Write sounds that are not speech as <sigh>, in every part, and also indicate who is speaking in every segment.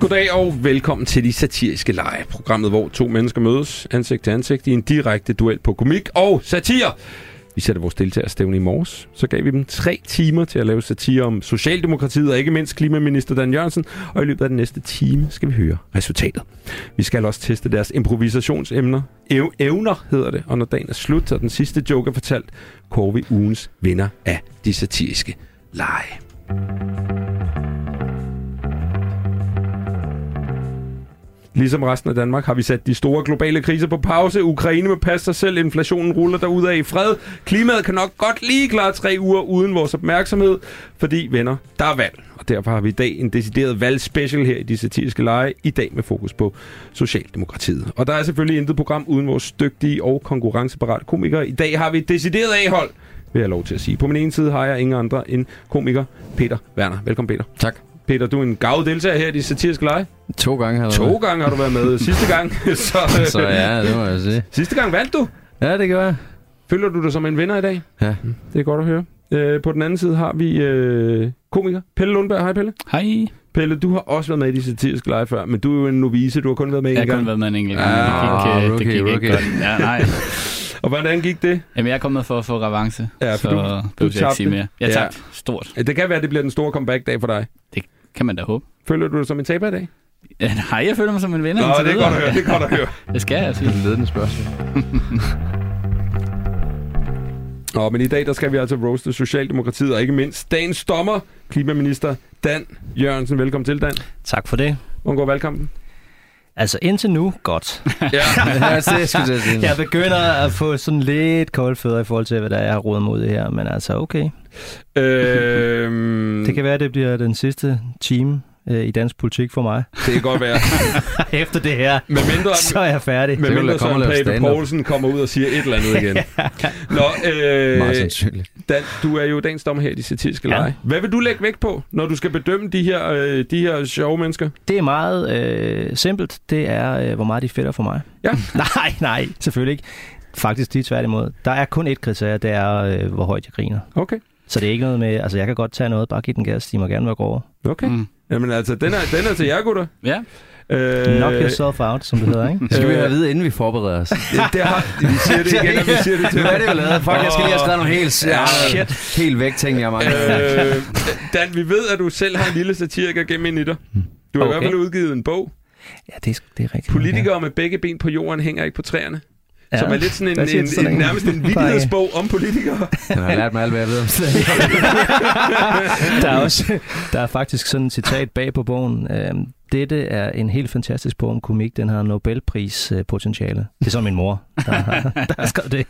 Speaker 1: Goddag og velkommen til de satiriske lege. Programmet, hvor to mennesker mødes ansigt til ansigt i en direkte duel på komik og satire. Vi satte vores deltagere stævne i morges. Så gav vi dem tre timer til at lave satire om Socialdemokratiet og ikke mindst klimaminister Dan Jørgensen. Og i løbet af den næste time skal vi høre resultatet. Vi skal også teste deres improvisationsemner. Ev- evner hedder det. Og når dagen er slut og den sidste joke er fortalt, kårer vi ugens vinder af de satiriske lege. Ligesom resten af Danmark har vi sat de store globale kriser på pause. Ukraine må passe sig selv, inflationen ruller derudad i fred. Klimaet kan nok godt lige klare tre uger uden vores opmærksomhed, fordi venner, der er valg. Og derfor har vi i dag en decideret valgspecial her i de satiriske lege, i dag med fokus på Socialdemokratiet. Og der er selvfølgelig intet program uden vores dygtige og konkurrenceparate komikere. I dag har vi et decideret A-hold, vil jeg have lov til at sige. På min ene side har jeg ingen andre end komiker Peter Werner. Velkommen Peter.
Speaker 2: Tak.
Speaker 1: Peter, du er en gavet deltager her i de satiriske lege.
Speaker 2: To gange har
Speaker 1: To gange har du været <laughs> med. Sidste gang, så, øh,
Speaker 2: Så ja, det må jeg sige.
Speaker 1: sidste gang vandt du.
Speaker 2: Ja, det gør jeg.
Speaker 1: Føler du dig som en vinder i dag?
Speaker 2: Ja.
Speaker 1: Det er godt at høre. Øh, på den anden side har vi øh, komiker Pelle Lundberg. Hej Pelle.
Speaker 3: Hej.
Speaker 1: Pelle, du har også været med i de satiriske lege før, men du er jo en novice. Du har kun været med
Speaker 3: Jeg
Speaker 1: en
Speaker 3: har kun
Speaker 1: gang.
Speaker 3: været med en enkelt gang.
Speaker 2: Ah,
Speaker 3: det gik, øh,
Speaker 2: rookie,
Speaker 3: det gik
Speaker 2: rookie.
Speaker 3: ikke godt. Ja, nej.
Speaker 1: Og hvordan gik det?
Speaker 3: Jamen, jeg er kommet for at få revanche,
Speaker 1: Ja,
Speaker 3: ja,
Speaker 1: for
Speaker 3: så
Speaker 1: du-
Speaker 3: du,
Speaker 1: du
Speaker 3: behøver jeg ikke sige
Speaker 1: tabte.
Speaker 3: mere. Jeg
Speaker 1: Ja.
Speaker 3: ja. tabte stort,
Speaker 1: Øh, Det kan være, at det bliver den store comeback-dag for dig.
Speaker 3: kan man da håbe.
Speaker 1: Føler du dig som en taber i dag?
Speaker 3: Ja, nej, jeg føler mig som en vinder. indtil
Speaker 1: det er
Speaker 3: videre.
Speaker 1: godt at høre. Det er godt at høre.
Speaker 3: <laughs> Det skal jeg sige.
Speaker 2: Det ledende spørgsmål.
Speaker 1: <laughs> Nå, men i dag der skal vi altså roaste Socialdemokratiet, og ikke mindst dagens dommer, klimaminister Dan Jørgensen. Velkommen til, Dan.
Speaker 4: Tak for det.
Speaker 1: Hvordan går valgkampen?
Speaker 4: Altså indtil nu, godt.
Speaker 1: Ja.
Speaker 2: <laughs> ja, det skulle jeg sige.
Speaker 4: Jeg begynder at få sådan lidt kolde fødder i forhold til, hvad der er, jeg har rodet mod det her, men altså okay.
Speaker 1: <laughs> øhm,
Speaker 4: Det kan være, det bliver den sidste time øh, i dansk politik for mig.
Speaker 1: det kan godt være.
Speaker 2: <laughs>
Speaker 4: Efter det her,
Speaker 1: Med mindre,
Speaker 4: så er jeg færdig.
Speaker 1: med
Speaker 2: vil
Speaker 1: mindre
Speaker 2: der komme
Speaker 1: Søren
Speaker 2: og lave
Speaker 1: Pape
Speaker 2: stand-up.
Speaker 1: Poulsen kommer ud og siger et eller andet
Speaker 2: <laughs>
Speaker 1: igen. Nå,
Speaker 2: Meget
Speaker 1: øh,
Speaker 2: sandsynligt.
Speaker 1: Dan, du er jo dagens dommer her i de satiriske ja.
Speaker 4: Ja.
Speaker 1: lege. Hvad vil du lægge vægt på, når du skal bedømme de her, øh, de her sjove mennesker?
Speaker 4: Det er meget øh, simpelt. Det er, øh, hvor meget de fedter for mig.
Speaker 1: Ja.
Speaker 4: <laughs> nej, nej, selvfølgelig ikke. Faktisk lige tværtimod. Der er kun et kriterie, det er, øh, hvor højt jeg griner.
Speaker 1: Okay.
Speaker 4: Så det er ikke noget med, altså jeg kan godt tage noget, bare give den gas, de må gerne være grove.
Speaker 1: Okay. Mm.
Speaker 3: Mm.
Speaker 1: Jamen altså, den er, den er til jer, gutter.
Speaker 3: Ja,
Speaker 1: Øh,
Speaker 4: Knock yourself out, som det hedder,
Speaker 5: <laughs>
Speaker 4: ikke?
Speaker 2: Det skal vi have at vide, inden vi forbereder os.
Speaker 1: det, det
Speaker 2: <laughs>
Speaker 1: har, vi siger det igen, og vi siger det til
Speaker 2: Nu er det jo lavet. Fuck, jeg skal lige have skrevet nogle helt,
Speaker 1: Ja,
Speaker 2: shit. helt væk ting, jeg mangler.
Speaker 1: øh, Dan, vi ved, at du selv har en lille satiriker gennem en nitter.
Speaker 2: Mm.
Speaker 1: Du har okay. i
Speaker 4: Okay.
Speaker 1: hvert fald udgivet en bog.
Speaker 4: Ja, det er, det er rigtigt.
Speaker 1: Politikere med begge ben på jorden hænger ikke på træerne. Ja,
Speaker 4: Ja.
Speaker 1: som er lidt sådan
Speaker 4: der
Speaker 1: en,
Speaker 4: siger
Speaker 1: en,
Speaker 4: det så
Speaker 1: en,
Speaker 4: længe.
Speaker 1: nærmest
Speaker 4: <laughs>
Speaker 1: en <laughs> vittighedsbog om politikere.
Speaker 2: Han har lært mig alt, hvad jeg ved om slet.
Speaker 4: der er også der er faktisk sådan et citat bag på bogen. Øhm, Dette er en helt fantastisk bog om komik. Den har Nobelprispotentiale. Det er så min mor, der har, der har skrevet det.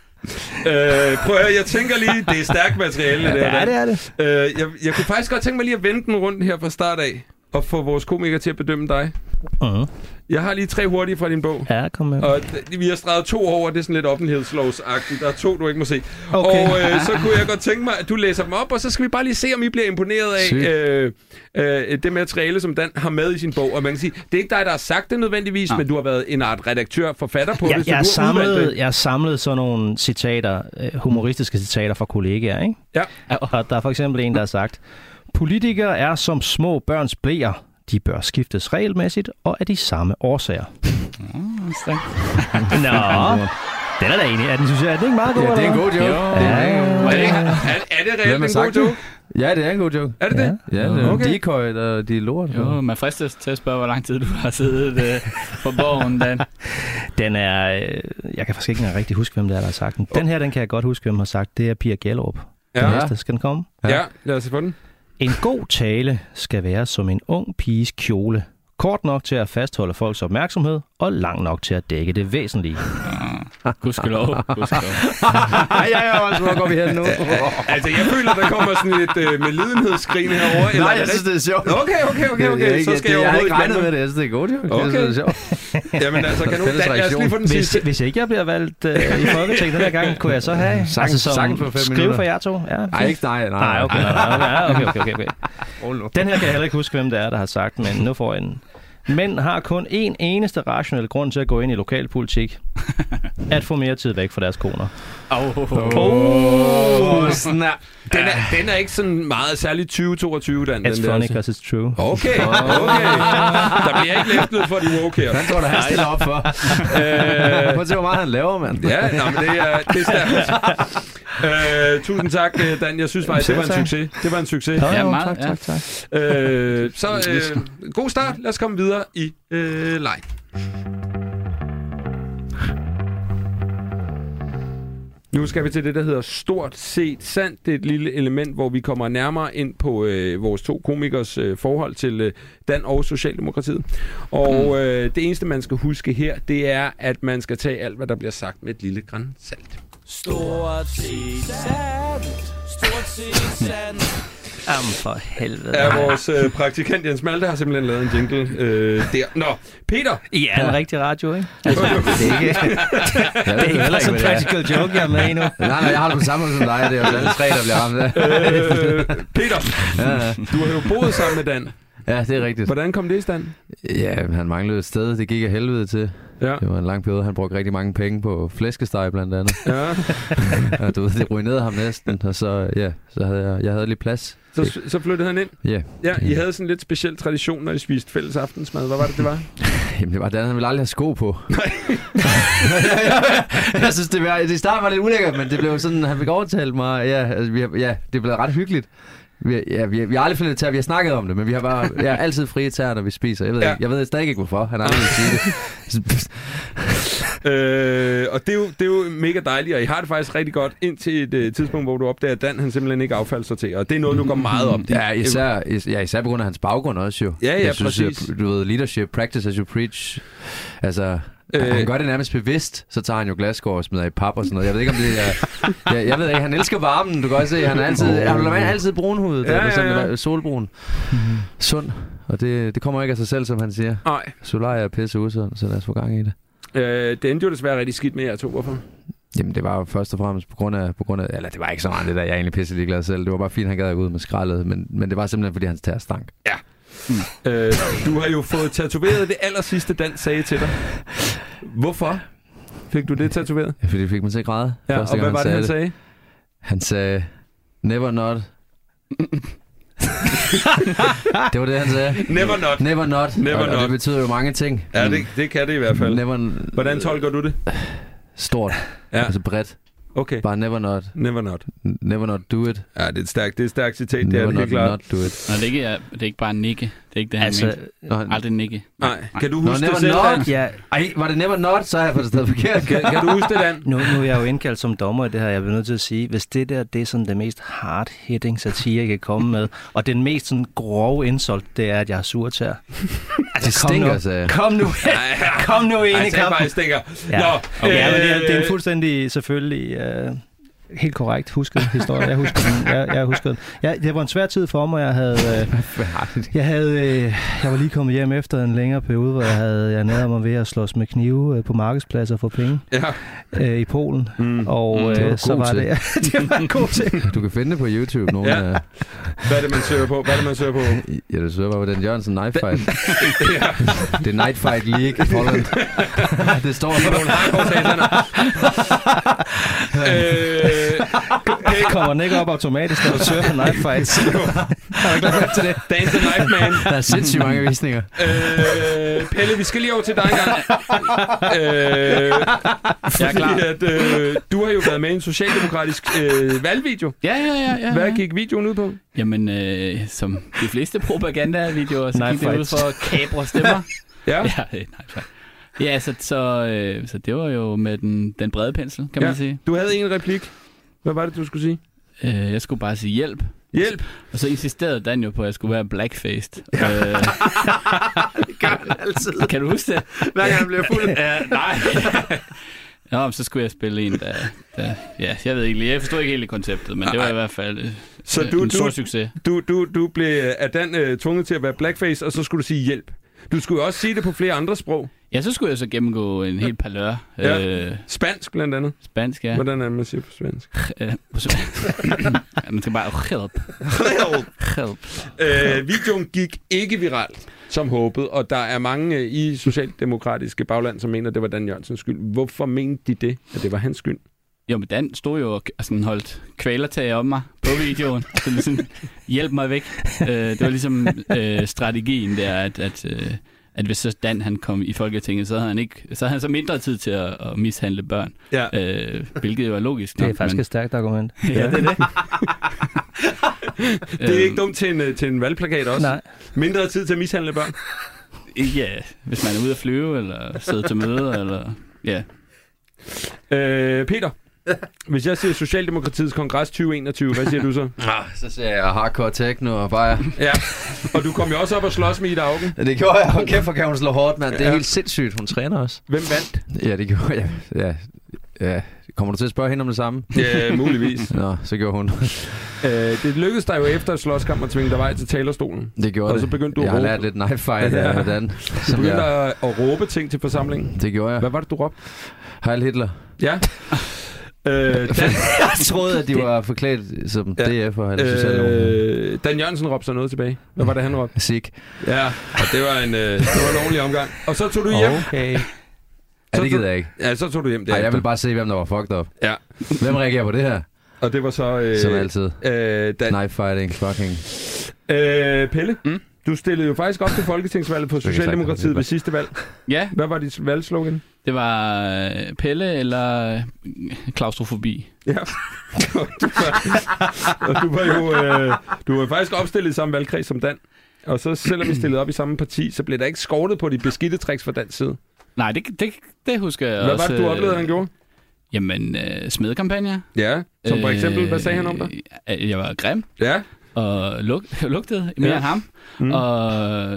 Speaker 1: Øh, prøv at høre, jeg tænker lige, det er stærkt materiale, det her.
Speaker 4: Ja, det
Speaker 1: Dan.
Speaker 4: er det.
Speaker 1: Øh, jeg, jeg kunne faktisk godt tænke mig lige at vende den rundt her fra start af, og få vores komikere til at bedømme dig.
Speaker 4: Uh-huh.
Speaker 1: Jeg har lige tre hurtige fra din bog.
Speaker 4: Ja, kom med.
Speaker 1: Mm-hmm. Og d- vi har streget to over, det er sådan lidt offentlighedslovsagtigt. Der er to, du ikke må se. Okay.
Speaker 4: Okay.
Speaker 1: Og øh, så kunne jeg godt tænke mig, at du læser dem op, og så skal vi bare lige se, om I bliver imponeret af
Speaker 2: Sygt.
Speaker 1: øh, øh, det materiale, som Dan har med i sin bog. Og man kan sige, det er ikke dig, der har sagt det nødvendigvis, ja.
Speaker 3: Nej.
Speaker 1: men du har været en art redaktør, forfatter på
Speaker 4: Jeg,
Speaker 1: det, så
Speaker 4: jeg, har
Speaker 1: du har udvalgt
Speaker 4: samlet,
Speaker 1: det.
Speaker 4: jeg har samlet sådan nogle citater, øh, humoristiske citater fra kollegaer, ikke?
Speaker 1: Ja.
Speaker 4: Og der er for eksempel en, der har sagt, Politikere er som små børns blæer. De bør skiftes regelmæssigt og af de samme årsager.
Speaker 3: stærkt.
Speaker 4: <laughs> Nå, den er da enig. Er den, synes jeg, er den ikke meget god?
Speaker 2: Ja, det er
Speaker 4: eller
Speaker 2: en
Speaker 4: hvad?
Speaker 2: god joke.
Speaker 3: Jo.
Speaker 2: Det er en god
Speaker 1: Er det,
Speaker 2: joke.
Speaker 1: ikke- er, er det
Speaker 2: Hvem
Speaker 1: reelt
Speaker 2: har
Speaker 1: en god
Speaker 2: sagt det?
Speaker 1: joke?
Speaker 2: Ja, det er en god joke.
Speaker 1: Er det
Speaker 4: Ja.
Speaker 1: det?
Speaker 2: Ja, det er
Speaker 1: Okay.
Speaker 2: okay. decoy, der de er lort.
Speaker 1: Mm.
Speaker 3: Jo, <laughs> man fristes til at spørge, hvor lang tid du har siddet øh, på borgen, Dan.
Speaker 4: Den er, øh, jeg kan faktisk ikke engang rigtig huske, hvem det er, der har sagt den. Den her, den kan jeg godt huske, hvem har sagt. Det er Pia Gellerup. Den
Speaker 1: Ja.
Speaker 4: næste, skal den komme?
Speaker 1: ja, lad os få den.
Speaker 4: En god tale skal være som en ung piges kjole. Kort nok til at fastholde folks opmærksomhed, og lang nok til at dække
Speaker 2: <laughs>
Speaker 4: det væsentlige.
Speaker 3: Gudskelov, gudskelov.
Speaker 2: Ej, ja, ja, altså, hvor går vi hen nu?
Speaker 1: Altså, jeg føler, der kommer sådan et øh, med lidenhedsgrin herovre.
Speaker 2: <laughs>
Speaker 1: eller
Speaker 2: Nej,
Speaker 1: er
Speaker 2: jeg synes, det er sjovt.
Speaker 1: Okay, okay, okay,
Speaker 2: Det er
Speaker 1: okay.
Speaker 2: ikke-
Speaker 1: Så skal
Speaker 2: det-
Speaker 1: jeg
Speaker 2: jeg har
Speaker 1: overhovedet
Speaker 2: ikke
Speaker 1: blande
Speaker 2: regnet
Speaker 1: mig.
Speaker 2: med det. Jeg synes, det er en god joke. Jeg synes,
Speaker 1: Okay.
Speaker 2: det er sjovt.
Speaker 1: Jamen altså, kan nu,
Speaker 2: Fælles
Speaker 1: Dan, lad os lige
Speaker 2: reaktion.
Speaker 1: få den
Speaker 4: Hvis,
Speaker 1: sidste.
Speaker 4: hvis ikke jeg bliver valgt øh, i Folketinget den her gang, kunne jeg så have... altså,
Speaker 2: Sang- sang for fem
Speaker 4: skrive
Speaker 2: minutter. Ah,
Speaker 4: for jer to? Ja,
Speaker 2: Nej, ikke dig. Nej,
Speaker 4: Nej,
Speaker 2: <laughs>
Speaker 4: okay, nej, nej, nej, okay, okay, okay, okay.
Speaker 2: Rolig nu.
Speaker 4: Den her kan jeg heller ikke huske, hvem det er, der har sagt, men nu får jeg en. Mænd har kun én eneste rationel grund til at gå ind i lokalpolitik. At få mere tid væk fra deres koner.
Speaker 3: Åh, oh, oh,
Speaker 1: Åh, oh, snap. Den er, den er ikke sådan meget særlig 2022, Dan. den
Speaker 4: It's
Speaker 1: der. altså.
Speaker 4: funny, because it's true.
Speaker 1: Okay, okay. Der bliver ikke læftet for de woke her.
Speaker 5: Han går der han stiller op
Speaker 4: <laughs>
Speaker 5: for.
Speaker 1: Øh,
Speaker 5: Prøv at se, hvor meget han laver, mand.
Speaker 1: ja, nå, men det er, det er stærkt. Øh, tusind tak, øh, Dan. Jeg synes faktisk, det var en succes. Det var en succes.
Speaker 3: Ja, meget, ja.
Speaker 5: tak.
Speaker 1: Øh, så øh, god start. Lad os komme videre i øh, leg. Nu skal vi til det, der hedder Stort set Sandt. Det er et lille element, hvor vi kommer nærmere ind på øh, vores to komikers øh, forhold til øh, Dan og Socialdemokratiet. Og øh, det eneste, man skal huske her, det er, at man skal tage alt, hvad der bliver sagt med et lille græn salt.
Speaker 6: Stort set sandt. Stort set sandt.
Speaker 4: Jamen for helvede.
Speaker 1: Er vores øh, praktikant Jens Malte har simpelthen lavet en jingle øh, der. Nå, Peter!
Speaker 4: Ja, det er en rigtig radio, ikke? Altså, det er ikke...
Speaker 5: Jeg ved
Speaker 4: Det er
Speaker 5: heller
Speaker 4: heller ikke
Speaker 5: ikke,
Speaker 4: en
Speaker 5: hvad det er.
Speaker 4: practical joke, jeg er med
Speaker 5: <laughs>
Speaker 4: i nu.
Speaker 5: Nej, nej, jeg har det på samme måde som dig. Det er jo alle tre, der bliver ramt af.
Speaker 1: Øh, Peter,
Speaker 5: Ja, ja.
Speaker 1: du har jo boet sammen med Dan.
Speaker 5: ja, det er rigtigt.
Speaker 1: Hvordan kom det i stand?
Speaker 5: Ja, han manglede et sted. Det gik af helvede til.
Speaker 1: Ja.
Speaker 5: Det var en lang periode. Han brugte rigtig mange penge på flæskesteg blandt <laughs> andet.
Speaker 1: ja.
Speaker 5: Og du ved, det ruinerede ham næsten. Og så, ja, så havde jeg, jeg havde lige plads.
Speaker 1: Så, så flyttede han ind.
Speaker 5: Ja,
Speaker 1: Ja, I havde sådan en lidt speciel tradition, når I spiste fælles aftensmad. Hvad var det, det var?
Speaker 5: Jamen, det var den, han ville aldrig have
Speaker 1: <laughs>
Speaker 5: sko på. <laughs> jeg synes, det, var, det starten var lidt ulækkert, men det blev sådan, han fik overtalt mig. Ja, altså, vi har, ja det blev ret hyggeligt. Vi, ja, vi, vi har aldrig fundet det til, vi har snakket om det, men vi har bare ja, altid frie tæer, når vi spiser. Jeg ved,
Speaker 1: Ja.
Speaker 5: ja. jeg ved stadig ikke, hvorfor. Han har aldrig sige det. Så, pst,
Speaker 1: Øh, og det er, jo, det er jo mega dejligt, og I har det faktisk rigtig godt indtil et øh, tidspunkt, hvor du opdager, at Dan han simpelthen ikke affalder sig til. Og <laughs> det er noget, du går meget op i.
Speaker 5: ja, især, is, ja, især på grund af hans baggrund også jo.
Speaker 1: Ja, ja,
Speaker 5: jeg synes,
Speaker 1: præcis.
Speaker 5: Jeg, du ved, leadership, practice as you preach. Altså,
Speaker 1: Øh.
Speaker 5: øh. han gør det nærmest bevidst, så tager han jo glasskår og smider i pap og sådan noget. Jeg ved ikke, om det er... jeg, jeg ved ikke, han elsker varmen, du kan også se. Han er altid, han er altid brunhudet,
Speaker 1: Ja,
Speaker 5: ja,
Speaker 1: ja,
Speaker 5: ja,
Speaker 1: ja.
Speaker 5: ja. Mhm. solbrun. Sund. Og det, det kommer ikke af sig selv, som han siger.
Speaker 1: Nej,
Speaker 5: Solaria er pisse usund, så lad os få gang i det.
Speaker 1: øh, det endte jo desværre rigtig skidt med jer to. Hvorfor?
Speaker 5: Jamen, det var jo først og fremmest på grund af... På grund af eller det var ikke så meget det der, jeg er egentlig pisse ligeglad selv. Det var bare fint, han gad at gå ud med skraldet, men, men det var simpelthen, fordi hans tær stank.
Speaker 1: Øh, du har jo fået tatoveret det aller sidste, Dan sagde til dig. Hvorfor fik du det tatoveret?
Speaker 5: Ja, Fordi det fik mig til at græde.
Speaker 1: Ja,
Speaker 5: første
Speaker 1: og
Speaker 5: gang,
Speaker 1: hvad var det, han
Speaker 5: det.
Speaker 1: sagde?
Speaker 5: Han sagde, never not. <laughs> det var det, han sagde.
Speaker 1: Never not.
Speaker 5: Never not.
Speaker 1: Never
Speaker 5: og, Og
Speaker 1: not.
Speaker 5: det betyder jo mange ting. Mm.
Speaker 1: Ja, det, det kan det i hvert fald.
Speaker 5: Never
Speaker 1: Hvordan tolker du det?
Speaker 5: stort.
Speaker 1: Ja.
Speaker 5: Ja. Altså bredt.
Speaker 1: Okay.
Speaker 5: Bare never not.
Speaker 1: Never not.
Speaker 5: Never not do it.
Speaker 1: Ja, det er et stærkt, det er et stærkt citat, det er
Speaker 5: never
Speaker 1: det helt
Speaker 5: not,
Speaker 1: klart.
Speaker 5: not do it.
Speaker 3: Nå, det, ikke er, det er ikke bare nikke. Det er ikke det, han altså,
Speaker 4: Altså,
Speaker 3: mente.
Speaker 5: Nå, han-
Speaker 3: Aldrig nikke.
Speaker 1: Nej, kan du
Speaker 5: Nå,
Speaker 1: huske det
Speaker 5: never
Speaker 1: selv, Dan?
Speaker 5: not.
Speaker 4: ja,
Speaker 5: Ej, var det never not, så har jeg fået <laughs> det stadig forkert.
Speaker 1: Kan, kan du huske det, Dan?
Speaker 4: nu, nu er jeg jo indkaldt som dommer i det her, jeg bliver nødt til at sige, hvis det der, det er sådan det mest hard-hitting satire, jeg kan komme med, og den mest sådan grove insult, det er, at jeg er sur til Altså,
Speaker 5: det
Speaker 4: kom nu.
Speaker 5: stinker, sagde jeg.
Speaker 4: Kom nu, kom nu ind i
Speaker 1: Ej, tag
Speaker 4: kampen.
Speaker 1: bare stinker.
Speaker 4: Ja.
Speaker 1: Nå,
Speaker 4: Okay, ja, men det, er, det er en
Speaker 1: øh,
Speaker 4: fuldstændig, selvfølgelig, øh, helt korrekt husket historie. Jeg husker den. Jeg, jeg husker den. Ja, det var en svær tid for mig. Jeg havde, øh, jeg, havde øh, jeg var lige kommet hjem efter en længere periode, hvor jeg havde jeg nærede mig ved at slås med knive øh, på markedspladser for penge
Speaker 1: Ja.
Speaker 4: øh, i Polen.
Speaker 1: Mm.
Speaker 4: Og
Speaker 3: Mm, det
Speaker 5: var
Speaker 4: øh,
Speaker 5: du
Speaker 4: så
Speaker 5: god
Speaker 4: var
Speaker 5: til.
Speaker 4: det, <laughs> det var en god ting.
Speaker 5: Du kan finde det på YouTube, nogen
Speaker 1: Ja.
Speaker 5: ja. af...
Speaker 1: Hvad er det, man søger på? Hvad er det, man søger på? Øh,
Speaker 5: Ja, du søger bare på den Jørgensen Knife
Speaker 1: <laughs>
Speaker 5: Fight. det er Knife Fight League i Holland. det står
Speaker 1: Det er nogle hardcore sataner. øh,
Speaker 4: Kommer den ikke op automatisk, når du søger på knife fights?
Speaker 1: til det. Dagens The Knife Man.
Speaker 5: Der er sindssygt mange visninger.
Speaker 1: Øh, Pelle, vi skal lige over til dig en gang. øh, jeg er klar. At, øh, du har jo været med i en socialdemokratisk øh, valgvideo.
Speaker 3: Ja, ja, ja. ja
Speaker 1: Hvad
Speaker 3: ja.
Speaker 1: gik videoen ud på?
Speaker 3: Jamen, øh, som de fleste propagandavideoer, så
Speaker 4: Nej,
Speaker 3: gik det ud
Speaker 4: fights.
Speaker 3: for at kabre stemmer.
Speaker 1: Ja.
Speaker 3: ja, øh, nej, tak. Ja, så, så, øh, så det var jo med den, den brede pensel, kan
Speaker 1: Ja.
Speaker 3: ja. man sige.
Speaker 1: Du havde en replik. Hvad var det, du skulle sige?
Speaker 3: Øh, jeg skulle bare sige hjælp.
Speaker 1: Hjælp!
Speaker 3: Og så insisterede Dan jo på, at jeg skulle være blackfaced. Ja. Øh,
Speaker 5: Altid.
Speaker 3: <laughs> kan du huske det?
Speaker 5: Hver gang han bliver
Speaker 3: <laughs>
Speaker 5: fuld.
Speaker 3: Uh, nej. Nå, men så skulle jeg spille en, der, der... Ja, jeg ved ikke lige. Jeg forstod ikke helt konceptet, men det var
Speaker 1: Nej.
Speaker 3: i hvert fald øh,
Speaker 1: Så
Speaker 3: øh,
Speaker 1: du-
Speaker 3: en stor
Speaker 1: du-
Speaker 3: succes.
Speaker 1: Du, du, du blev af den øh, tvunget til at være blackface, og så skulle du sige hjælp. Du skulle jo også sige det på flere andre sprog.
Speaker 3: Ja, så skulle jeg så gennemgå en hel palør.
Speaker 1: Ja.
Speaker 3: Ja. Øh,
Speaker 1: Spansk blandt andet.
Speaker 3: spansk, ja.
Speaker 1: Ja. Hvordan er det, man siger på svensk?
Speaker 3: Øh, man skal bare... Help, help.
Speaker 1: øh, videoen gik ikke viralt. som håbet, og der er mange øh, i socialdemokratiske bagland, som mener, at det var Dan Jørgensens skyld. Hvorfor mente de det, at det var hans skyld?
Speaker 3: Jo, men Dan stod jo og k- sådan holdt kvalertag om mig på videoen. Så det er sådan, hjælp mig væk. Øh, det var ligesom øh, strategien der, at, at, øh, at hvis så Dan han kom i Folketinget, så havde han, ikke, så, havde han så mindre tid til at, at mishandle børn.
Speaker 1: Ja.
Speaker 3: Øh, hvilket jo er logisk.
Speaker 4: Det er
Speaker 3: nok,
Speaker 4: faktisk et stærkt argument.
Speaker 3: men, ja, det er det.
Speaker 1: Det er ikke
Speaker 3: Øhm,
Speaker 1: dumt til en, øh, til en valgplakat også.
Speaker 4: Nej.
Speaker 1: Mindre tid til at mishandle børn.
Speaker 3: Ja, hvis man er ude at flyve, eller sidde til møder, eller... Ja,
Speaker 1: Øh, Peter, hvis jeg siger Socialdemokratiets kongres 2021, hvad siger du så?
Speaker 2: Ah, så ser jeg hardcore techno og bare...
Speaker 1: Ja, og du kom jo også op og slås med Ida Augen.
Speaker 2: Ja, det gjorde jeg. Hold kæft, hvor kan hun slå hårdt, mand. Det er
Speaker 1: Ja.
Speaker 2: helt sindssygt. Hun træner også.
Speaker 1: Hvem vandt?
Speaker 2: Ja, det gjorde jeg. <laughs> Ja. ja. Kommer du til at spørge hende om det samme?
Speaker 1: Ja, muligvis.
Speaker 2: Nå, så gjorde hun. <laughs>
Speaker 1: Øh, det lykkedes dig jo efter et slåskamp at tvinge dig vej til talerstolen.
Speaker 2: Det gjorde
Speaker 1: Og så
Speaker 2: det.
Speaker 1: begyndte du at
Speaker 2: Jeg har
Speaker 1: råbe.
Speaker 2: lært lidt knife fight af hvordan.
Speaker 1: Du
Speaker 2: Som
Speaker 1: begyndte
Speaker 2: jeg,
Speaker 1: at, at råbe ting til forsamlingen.
Speaker 2: det gjorde jeg.
Speaker 1: Hvad var det, du råbte?
Speaker 2: Heil Hitler.
Speaker 1: Ja. Øh, Dan,
Speaker 2: Jeg troede, at de var forklædt som
Speaker 1: Ja.
Speaker 2: DF og øh... Socialdemokrater.
Speaker 1: øh, Dan Jørgensen råbte så noget tilbage. Hvad var det, han råbte?
Speaker 2: Sik.
Speaker 1: Ja, og det var en, øh, det var en ordentlig omgang. Og så tog du hjem.
Speaker 2: Okay. Ja,
Speaker 1: Så
Speaker 2: det
Speaker 1: du-
Speaker 2: gider jeg ikke.
Speaker 1: Ja, så tog du hjem der.
Speaker 2: Ej, jeg vil bare se, hvem der var fucked up.
Speaker 1: Ja,
Speaker 2: Hvem reagerer på det her?
Speaker 1: og det var så... Øh,
Speaker 2: Som altid.
Speaker 1: Øh, Dan,
Speaker 2: Knife fighting, fucking.
Speaker 1: Øh, Pelle,
Speaker 3: Mm?
Speaker 1: du stillede jo faktisk op til Folketingsvalget på
Speaker 2: kan sagtens
Speaker 1: Socialdemokratiet
Speaker 2: være.
Speaker 1: ved sidste valg.
Speaker 3: ja
Speaker 1: Hvad var dit valgslogan?
Speaker 3: det var øh, Pelle eller øh, klaustrofobi.
Speaker 1: Ja. du, var, og du var jo øh, du var faktisk opstillet i samme valgkreds som Dan. Og så selvom vi stillede op i samme parti, så blev der ikke skortet på de beskidte tricks fra dansk side.
Speaker 3: Nej, det, det, det husker jeg
Speaker 1: Hvad
Speaker 3: også.
Speaker 1: var det, du
Speaker 3: øh,
Speaker 1: oplevede, han gjorde?
Speaker 3: Jamen, øh, smedekampagner.
Speaker 1: Ja, som for eksempel, hvad sagde han om dig?
Speaker 3: Øh, Jeg var grim
Speaker 1: Ja,
Speaker 3: <laughs> og lug, lugtede
Speaker 1: Ja.
Speaker 3: mere ja. end ham.
Speaker 1: Mm.
Speaker 3: Mm. Og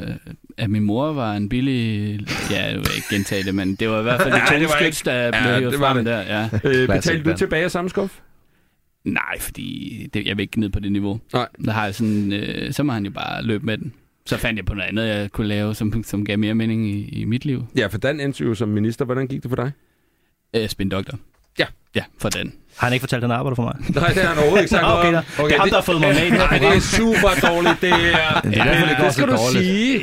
Speaker 3: at min mor var en billig... Ja, jeg vil ikke gentage det, men det var i
Speaker 1: <laughs>
Speaker 3: hvert fald
Speaker 1: Nej,
Speaker 3: de
Speaker 1: det
Speaker 3: tunge
Speaker 1: var
Speaker 3: skits, der blev
Speaker 1: Ja,
Speaker 3: ja,
Speaker 1: det var
Speaker 3: frem
Speaker 1: det.
Speaker 3: der. Ja.
Speaker 1: øh, betalte
Speaker 2: Classic
Speaker 1: du
Speaker 2: Dan.
Speaker 1: tilbage af samme skuff?
Speaker 3: Nej, fordi det, jeg vil ikke ned på det niveau.
Speaker 1: Nej.
Speaker 3: Der har jeg sådan, øh, så må han jo bare løbe med den. Så fandt jeg på noget andet, jeg kunne lave, som, som gav mere mening i, i mit liv.
Speaker 1: Ja, for Dan endte jo som minister. Hvordan gik det for dig?
Speaker 3: Øh, spindoktor.
Speaker 1: Ja.
Speaker 3: Ja, for den.
Speaker 4: Har han ikke fortalt, at han arbejder for mig?
Speaker 1: <laughs> Nej, det har han overhovedet ikke sagt <laughs>
Speaker 4: Nå,
Speaker 1: noget
Speaker 4: okay,
Speaker 1: om.
Speaker 4: da. Det er ham, der har fået mig med i det her
Speaker 1: Nej, det er super dårligt, det er.
Speaker 2: Det er derfor, det går
Speaker 1: det
Speaker 2: så
Speaker 1: skal du
Speaker 2: dårligt.
Speaker 1: sige.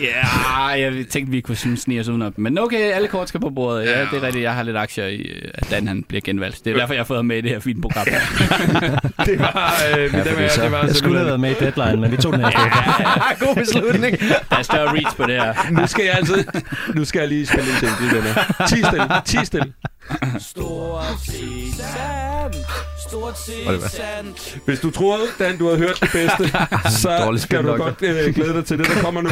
Speaker 3: Ja, jeg tænkte, vi kunne sådan snige os udenom. Men okay, alle kort skal på bordet. Ja, det er rigtigt. Jeg har lidt aktier i, øh, at Dan han bliver genvalgt. Det er derfor, jeg har fået ham med i det her fine program. Ja.
Speaker 1: <laughs> Det var, øh, ja, det
Speaker 2: fordi
Speaker 1: var,
Speaker 2: så-
Speaker 1: det var
Speaker 4: Jeg skulle have været med i deadline, men vi tog den her sted.
Speaker 2: God beslutning.
Speaker 3: Der er større reach på det her.
Speaker 1: Nu skal jeg altid... Nu skal jeg lige spille en jingle, venner. Ti stille, ti stille.
Speaker 7: Stort set sandt. Stort set sandt.
Speaker 1: Hvis du troede, Dan, du havde hørt det <laughs> bedste, så
Speaker 2: Dårlig
Speaker 1: skal du
Speaker 2: spindoktor.
Speaker 1: godt øh, glæde dig til det, der kommer nu.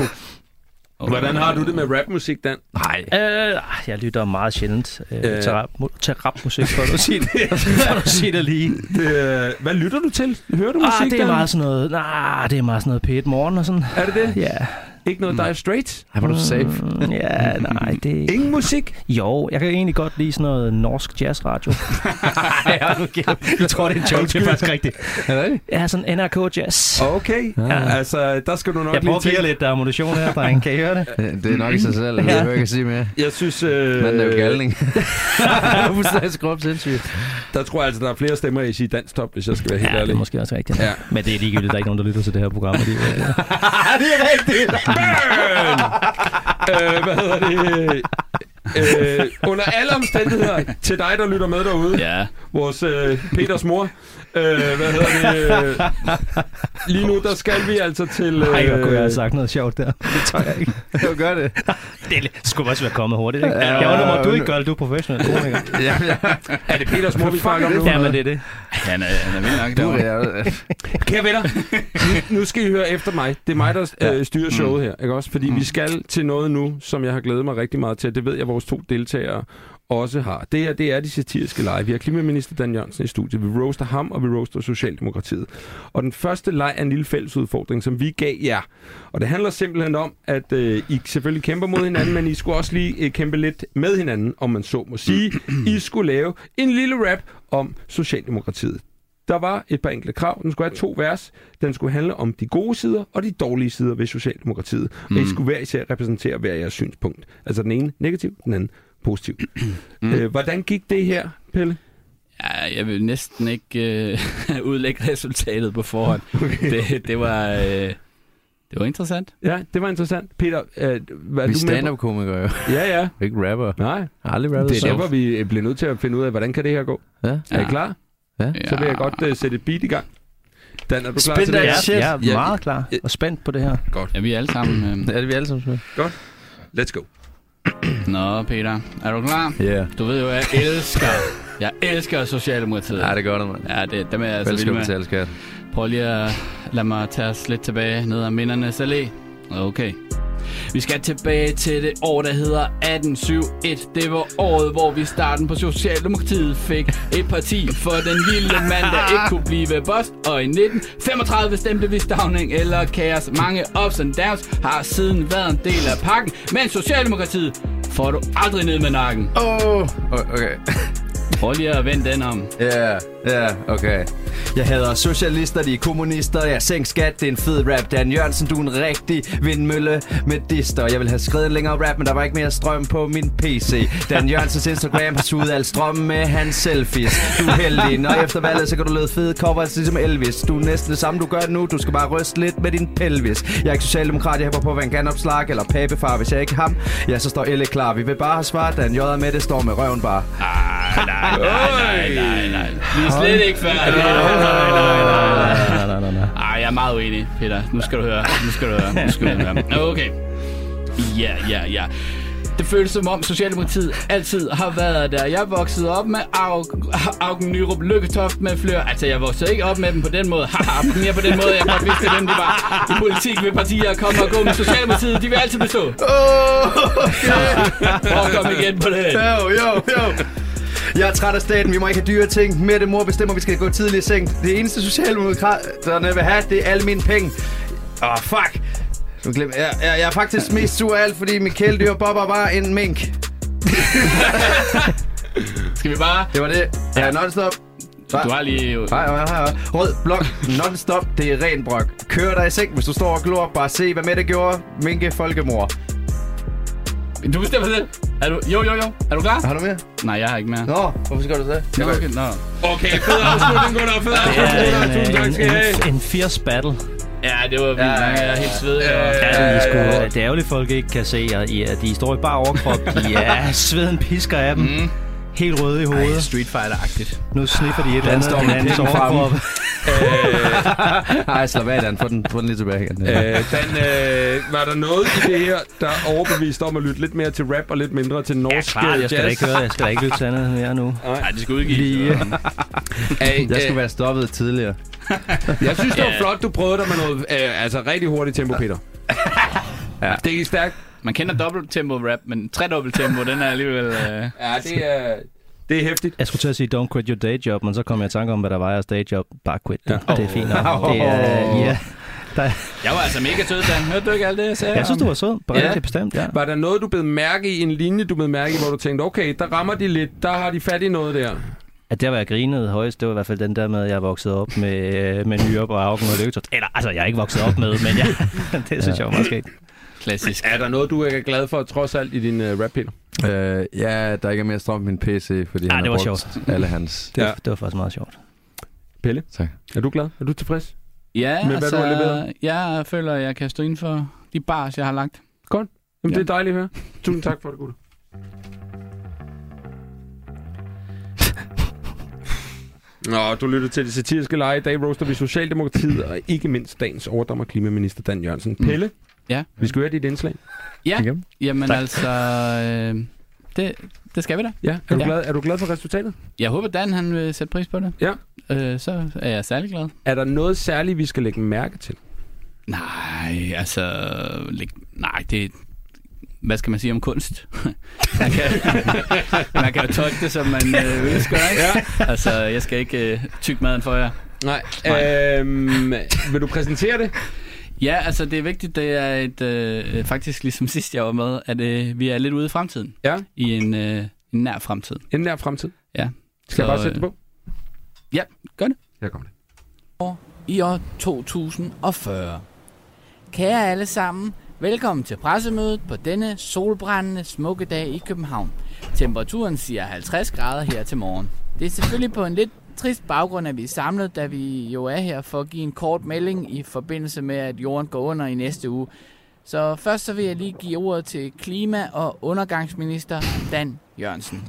Speaker 1: Hvordan har du det med rapmusik, Dan?
Speaker 2: Nej.
Speaker 4: Øh, ah, jeg lytter meget sjældent øh,
Speaker 1: Øh.
Speaker 4: til, rap, mu- til rapmusik, for at sige det, for at sige det lige.
Speaker 1: Det, øh, hvad lytter du til? Hører du musik,
Speaker 4: Ah, det er
Speaker 1: Dan?
Speaker 4: meget sådan noget, nah, det er meget sådan noget P1 morgen og sådan.
Speaker 1: Er det det?
Speaker 4: Ja,
Speaker 1: Ikke noget Dire Straits?
Speaker 2: Ej, var du safe?
Speaker 4: Mm, ja, nej, det
Speaker 1: Ingen musik?
Speaker 4: Jo, jeg kan egentlig godt lide sådan noget norsk jazzradio.
Speaker 2: Jeg tror, det er en joke. Det er faktisk rigtigt. Er det rigtigt?
Speaker 4: Ja, sådan NRK Jazz.
Speaker 1: Okay.
Speaker 4: Ja.
Speaker 1: Altså, der skal du nok
Speaker 4: Jeg
Speaker 1: lige
Speaker 4: prøver at give jer
Speaker 1: tænke.
Speaker 4: lidt, der er ammunition her, dreng. Kan I høre det?
Speaker 2: Øh, Det er nok i sig selv. Det
Speaker 4: Ja.
Speaker 2: behøver jeg ikke at sige mere.
Speaker 1: Jeg synes, øh,
Speaker 2: Manden er jo galning. <laughs> Han er fuldstændig skrub sindssygt.
Speaker 1: der tror jeg altså, der er flere stemmer i sit dansk top, hvis jeg skal være helt
Speaker 4: Ja, det
Speaker 1: ærlig.
Speaker 4: er måske også rigtigt. <laughs>
Speaker 1: Ja.
Speaker 4: Ja. Men det er ligegyldigt, der er ikke nogen, der lytter til det her program. øh, og Det er,
Speaker 1: det er rigtigt! Burn! øh, hvad hedder det? Øh, under alle omstændigheder, til dig, der lytter med derude, ja.
Speaker 3: Ja,
Speaker 1: vores øh, Peters mor, øh, hvad hedder det?
Speaker 4: <laughs>
Speaker 1: Øh, lige nu, der skal vi altså til... Øh,
Speaker 4: Ej, hvor kunne jeg altså have sagt noget sjovt der. Det tør jeg ikke.
Speaker 2: Jo, gør det.
Speaker 4: Det skulle også være kommet hurtigt, ikke?
Speaker 2: Ja,
Speaker 4: Jeg undrer mig, du
Speaker 2: ja,
Speaker 4: ikke gør det. Du er professionel. komiker.
Speaker 2: Ja, ja.
Speaker 1: Er det Peters mor, vi snakker om nu?
Speaker 4: Ja, men det er det.
Speaker 3: han er, han er vild nok
Speaker 2: Du
Speaker 3: derovre.
Speaker 2: er
Speaker 1: Kære venner, nu, nu skal I høre efter mig. Det er mig, der øh, styrer showet her, ikke også? Fordi vi skal til noget nu, som jeg har glædet mig rigtig meget til. Det ved jeg, vores to deltagere også har. Det her, det er de satiriske lege. Vi har klimaminister Dan Jørgensen i studiet. Vi roaster ham, og vi roaster Socialdemokratiet. Og den første leg er en lille fælles udfordring, som vi gav jer. Og det handler simpelthen om, at øh, I selvfølgelig kæmper mod hinanden, men I skulle også lige øh, kæmpe lidt med hinanden, om man så må sige. I skulle lave en lille rap om Socialdemokratiet. Der var et par enkle krav. Den skulle have to vers. Den skulle handle om de gode sider og de dårlige sider ved Socialdemokratiet. Mm. Og I skulle hver især repræsentere hver jeres synspunkt. Altså den ene negativ, den anden
Speaker 5: <clears throat>
Speaker 1: positiv. mm. øh, hvordan gik det her, Pelle?
Speaker 3: Mm. Ja, jeg vil næsten <laughs> ikke øh, udlægge resultatet på forhånd. Okay. Det, det var... Øh, Det var interessant.
Speaker 1: <laughs> Ja, det var interessant. Peter, øh, hvad
Speaker 5: Vi
Speaker 1: du med?
Speaker 5: stand-up komikere jo.
Speaker 1: på? Ja, ja.
Speaker 5: Ikke rapper.
Speaker 1: Nej,
Speaker 5: Jeg har aldrig rappet
Speaker 1: det er
Speaker 5: så.
Speaker 1: der, hvor vi øh, bliver nødt til at finde ud af, hvordan kan det her gå?
Speaker 5: Ja.
Speaker 1: Er I klar?
Speaker 5: Ja.
Speaker 1: Så vil jeg godt øh, sætte et beat i gang. Dan, er du klar
Speaker 5: Spænd
Speaker 1: til
Speaker 5: dig.
Speaker 1: det?
Speaker 5: Ja, shit.
Speaker 4: Jeg er
Speaker 5: Ja,
Speaker 4: meget klar og spændt på det her.
Speaker 3: Ja, vi er alle sammen. Øh...
Speaker 5: Er det vi alle sammen spiller?
Speaker 1: Let's go. Hm.
Speaker 3: Nå, Peter, er du klar?
Speaker 5: Ja.
Speaker 3: Du ved jo, jeg elsker, jeg elsker Socialdemokratiet.
Speaker 5: Ja, det gør det, mand.
Speaker 3: Ja, det, dem er jeg altså vild
Speaker 5: Velkommen
Speaker 3: med.
Speaker 5: til Alskat.
Speaker 3: Prøv lige at lade mig tage os lidt tilbage ned ad mindernes allé. Okay. Vi skal tilbage til det år, der hedder 1871. Det var året, hvor vi i starten på Socialdemokratiet fik et parti for den lille mand, der ikke kunne blive boss. Og i 1935 stemte vi stavning eller kaos. Mange ups and downs har siden været en del af pakken. Men Socialdemokratiet får du aldrig ned med nakken.
Speaker 5: Åh! Oh, okay.
Speaker 3: Prøv lige at vende den om.
Speaker 5: Ja, yeah, ja, yeah, okay. Jeg hader socialister, de er kommunister. Jeg sænk skat, det er en fed rap. Dan Jørgensen, du er en rigtig vindmølle med dister. Jeg vil have skrevet en længere rap, men der var ikke mere strøm på min PC. Dan Jørgensens Instagram har suget al strøm med hans selfies. Du er heldig. Når efter valget, så kan du lede fede covers ligesom Elvis. Du er næsten det samme, du gør nu. Du skal bare ryste lidt med din pelvis. Jeg er ikke socialdemokrat, jeg hopper på Van Ganopslag eller Pabefar. Hvis jeg ikke er ham, ja, så står Elle klar. Vi vil bare have svar. Dan J. med det står med røven bare.
Speaker 3: Nej, nej, nej. Vi er slet ikke færdige. Nej, nej, nej, nej.
Speaker 4: Nej, nej, nej, nej.
Speaker 3: Ej, jeg er meget uenig, Peter. Nu skal du høre. Nu skal du høre. Nu skal du høre. Okay. Ja, ja, ja. Det føles som om Socialdemokratiet altid har været der. Jeg voksede op med Aug- Augen Nyrup Lykketoft med flere. Altså, jeg voksede ikke op med dem på den måde. Haha, mere på den måde, jeg godt vidste, hvem de var. I politik vil partier komme og gå, men Socialdemokratiet, de vil altid bestå. Prøv at komme igen på det.
Speaker 5: Jo, jo, jo. Jeg er træt af staten, vi må ikke have dyre ting. Mette mor bestemmer, vi skal gå tidligt i seng. Det eneste socialdemokraterne vil have, det er alle mine penge. Åh, oh, fuck. Nu glemmer jeg, jeg, jeg er faktisk mest sur af alt, fordi mit kæledyr Bobber var en mink.
Speaker 3: Skal vi bare...
Speaker 5: Det var det. Ja, non-stop.
Speaker 3: Du har lige...
Speaker 5: Hej, hej, hej. Rød blok, non-stop, det er ren brok. Kør dig i seng, hvis du står og glor. Bare se, hvad Mette gjorde. Minke folkemor.
Speaker 3: Du bestemmer selv. Er du... Jo, jo, jo. Er du klar?
Speaker 5: Har du mere?
Speaker 3: Nej, jeg har ikke mere.
Speaker 5: Nå, hvorfor gør du det?
Speaker 3: Nå, okay, nå.
Speaker 1: Okay, fed afslutning, gutter. Fed afslutning, gutter. Tusind
Speaker 4: en,
Speaker 1: tak skal I have.
Speaker 4: en, en, en fierce battle.
Speaker 3: Ja, det var vildt.
Speaker 5: Ja, ja,
Speaker 3: Ja,
Speaker 5: ja.
Speaker 3: Jeg er helt svedig. og-
Speaker 4: Ja, det, er sgu, det er ærgerligt, folk ikke kan se, at I, at I står i bare overkrop. De er sveden pisker af dem. Mm. Helt røde i
Speaker 3: Ej,
Speaker 4: hovedet.
Speaker 3: Street Fighter-agtigt.
Speaker 4: Nu sniffer de et eller andet
Speaker 5: står
Speaker 4: af
Speaker 5: med
Speaker 4: hinandens
Speaker 5: pinden fremme.
Speaker 4: overkrop.
Speaker 5: Nej, slap af, Dan. Få den, få den lige tilbage igen.
Speaker 1: Øh, Dan, øh, var der noget i det her, der overbeviste om at lytte lidt mere til rap og lidt mindre til norsk
Speaker 4: Klar,
Speaker 1: øh,
Speaker 4: jeg skal da
Speaker 1: jazz?
Speaker 4: ikke høre, jeg skal da ikke lytte til andet end jer nu.
Speaker 3: Nej, det skal udgives.
Speaker 5: Lige.
Speaker 3: eller hvad?
Speaker 1: <laughs> Ej,
Speaker 5: Jeg skulle
Speaker 1: øh,
Speaker 5: være stoppet tidligere.
Speaker 1: jeg synes, det var
Speaker 3: Ja.
Speaker 1: flot, du prøvede dig med noget øh, altså, rigtig hurtigt tempo, Peter. ja. Det gik stærkt.
Speaker 3: Man kender dobbelt tempo rap, men tredobbelt tempo, den er alligevel... Øh...
Speaker 1: Ja, det er, det er hæftigt.
Speaker 4: Jeg skulle til at sige, don't quit your day job, men så kom jeg i tanke om, hvad der var i jeres day job. Bare quit det.
Speaker 1: Ja.
Speaker 4: Det er fint. nok. Det er,
Speaker 5: Åh.
Speaker 4: ja.
Speaker 3: Jeg var altså mega sød, Dan. Hørte du ikke alt det, jeg sagde?
Speaker 4: Jeg synes, du var sød. Bare
Speaker 1: Ja.
Speaker 4: ja. bestemt, ja.
Speaker 1: Var der noget, du blev mærke i, en linje, du blev mærke i, hvor du tænkte, okay, der rammer de lidt, der har de fat i noget der?
Speaker 4: At der, hvor jeg grinede højst, det var i hvert fald den der med, at jeg voksede op med, øh, med nyop og augen og løgtort. Eller, altså, jeg er ikke vokset op med, men jeg, <laughs> det synes jeg var meget skægt.
Speaker 3: Klassisk.
Speaker 1: Er der noget, du ikke er glad for, trods alt, i din uh, rap, Peter?
Speaker 5: Øh, ja, der ikke er mere strøm på min PC, fordi ah, han
Speaker 4: det
Speaker 5: har
Speaker 4: var
Speaker 5: brugt alle hans.
Speaker 4: Det,
Speaker 1: Ja.
Speaker 4: ja. det var faktisk meget sjovt.
Speaker 1: Pelle?
Speaker 5: Tak.
Speaker 1: Er du glad? Er du tilfreds?
Speaker 3: Ja,
Speaker 1: Men hvad
Speaker 3: altså,
Speaker 1: du har leveret?
Speaker 3: jeg føler, jeg kan stå inden for de bars, jeg har lagt.
Speaker 1: Jamen,
Speaker 3: Ja.
Speaker 1: det er dejligt at høre. <laughs> Tusind tak for det, gutter. <laughs> Nå, du lytter til det satiriske leje. I dag roaster vi Socialdemokratiet, og ikke mindst dagens overdommer klimaminister Dan Jørgensen.
Speaker 3: Mm.
Speaker 1: Pelle,
Speaker 3: Ja.
Speaker 1: vi skal høre dit indslag.
Speaker 3: Jamen
Speaker 4: Tak.
Speaker 3: altså, øh, det, det skal vi da.
Speaker 1: Ja, er du,
Speaker 3: Ja.
Speaker 1: Glad, er du glad for resultatet?
Speaker 3: Jeg håber, Dan han vil sætte pris på det.
Speaker 1: Ja.
Speaker 3: Øh, så er jeg særlig glad.
Speaker 1: Er der noget særligt, vi skal lægge mærke til?
Speaker 3: Nej, altså... lig- Nej, det... Hvad skal man sige om kunst? <laughs> man, kan, <laughs> man kan jo tolke det, som man
Speaker 1: <laughs>
Speaker 3: øh, ønsker, ikke? Ja. Altså, jeg skal ikke øh, tykke maden for jer.
Speaker 1: Nej.
Speaker 3: Nej.
Speaker 1: Øhm, vil du præsentere det?
Speaker 3: Ja, altså, det er vigtigt, det er et... Øh, faktisk ligesom <laughs> sidst, jeg var med, at øh, vi er lidt ude i fremtiden.
Speaker 1: Ja.
Speaker 3: I en, øh, en nær fremtid.
Speaker 1: En nær fremtid.
Speaker 3: Ja.
Speaker 1: Skal jeg
Speaker 3: Så,
Speaker 1: bare sætte det på?
Speaker 3: ja, gør det.
Speaker 1: Her kommer det.
Speaker 8: i år 2040. Kære alle sammen, velkommen til pressemødet på denne solbrændende smukke dag i København. Temperaturen siger 50 grader her til morgen. Det er selvfølgelig på en lidt
Speaker 3: trist baggrund er vi samlet, da vi jo er her for at give en kort melding i forbindelse med, at jorden går under i næste uge. Så først så vil jeg lige give ordet til klima- og undergangsminister Dan Jørgensen.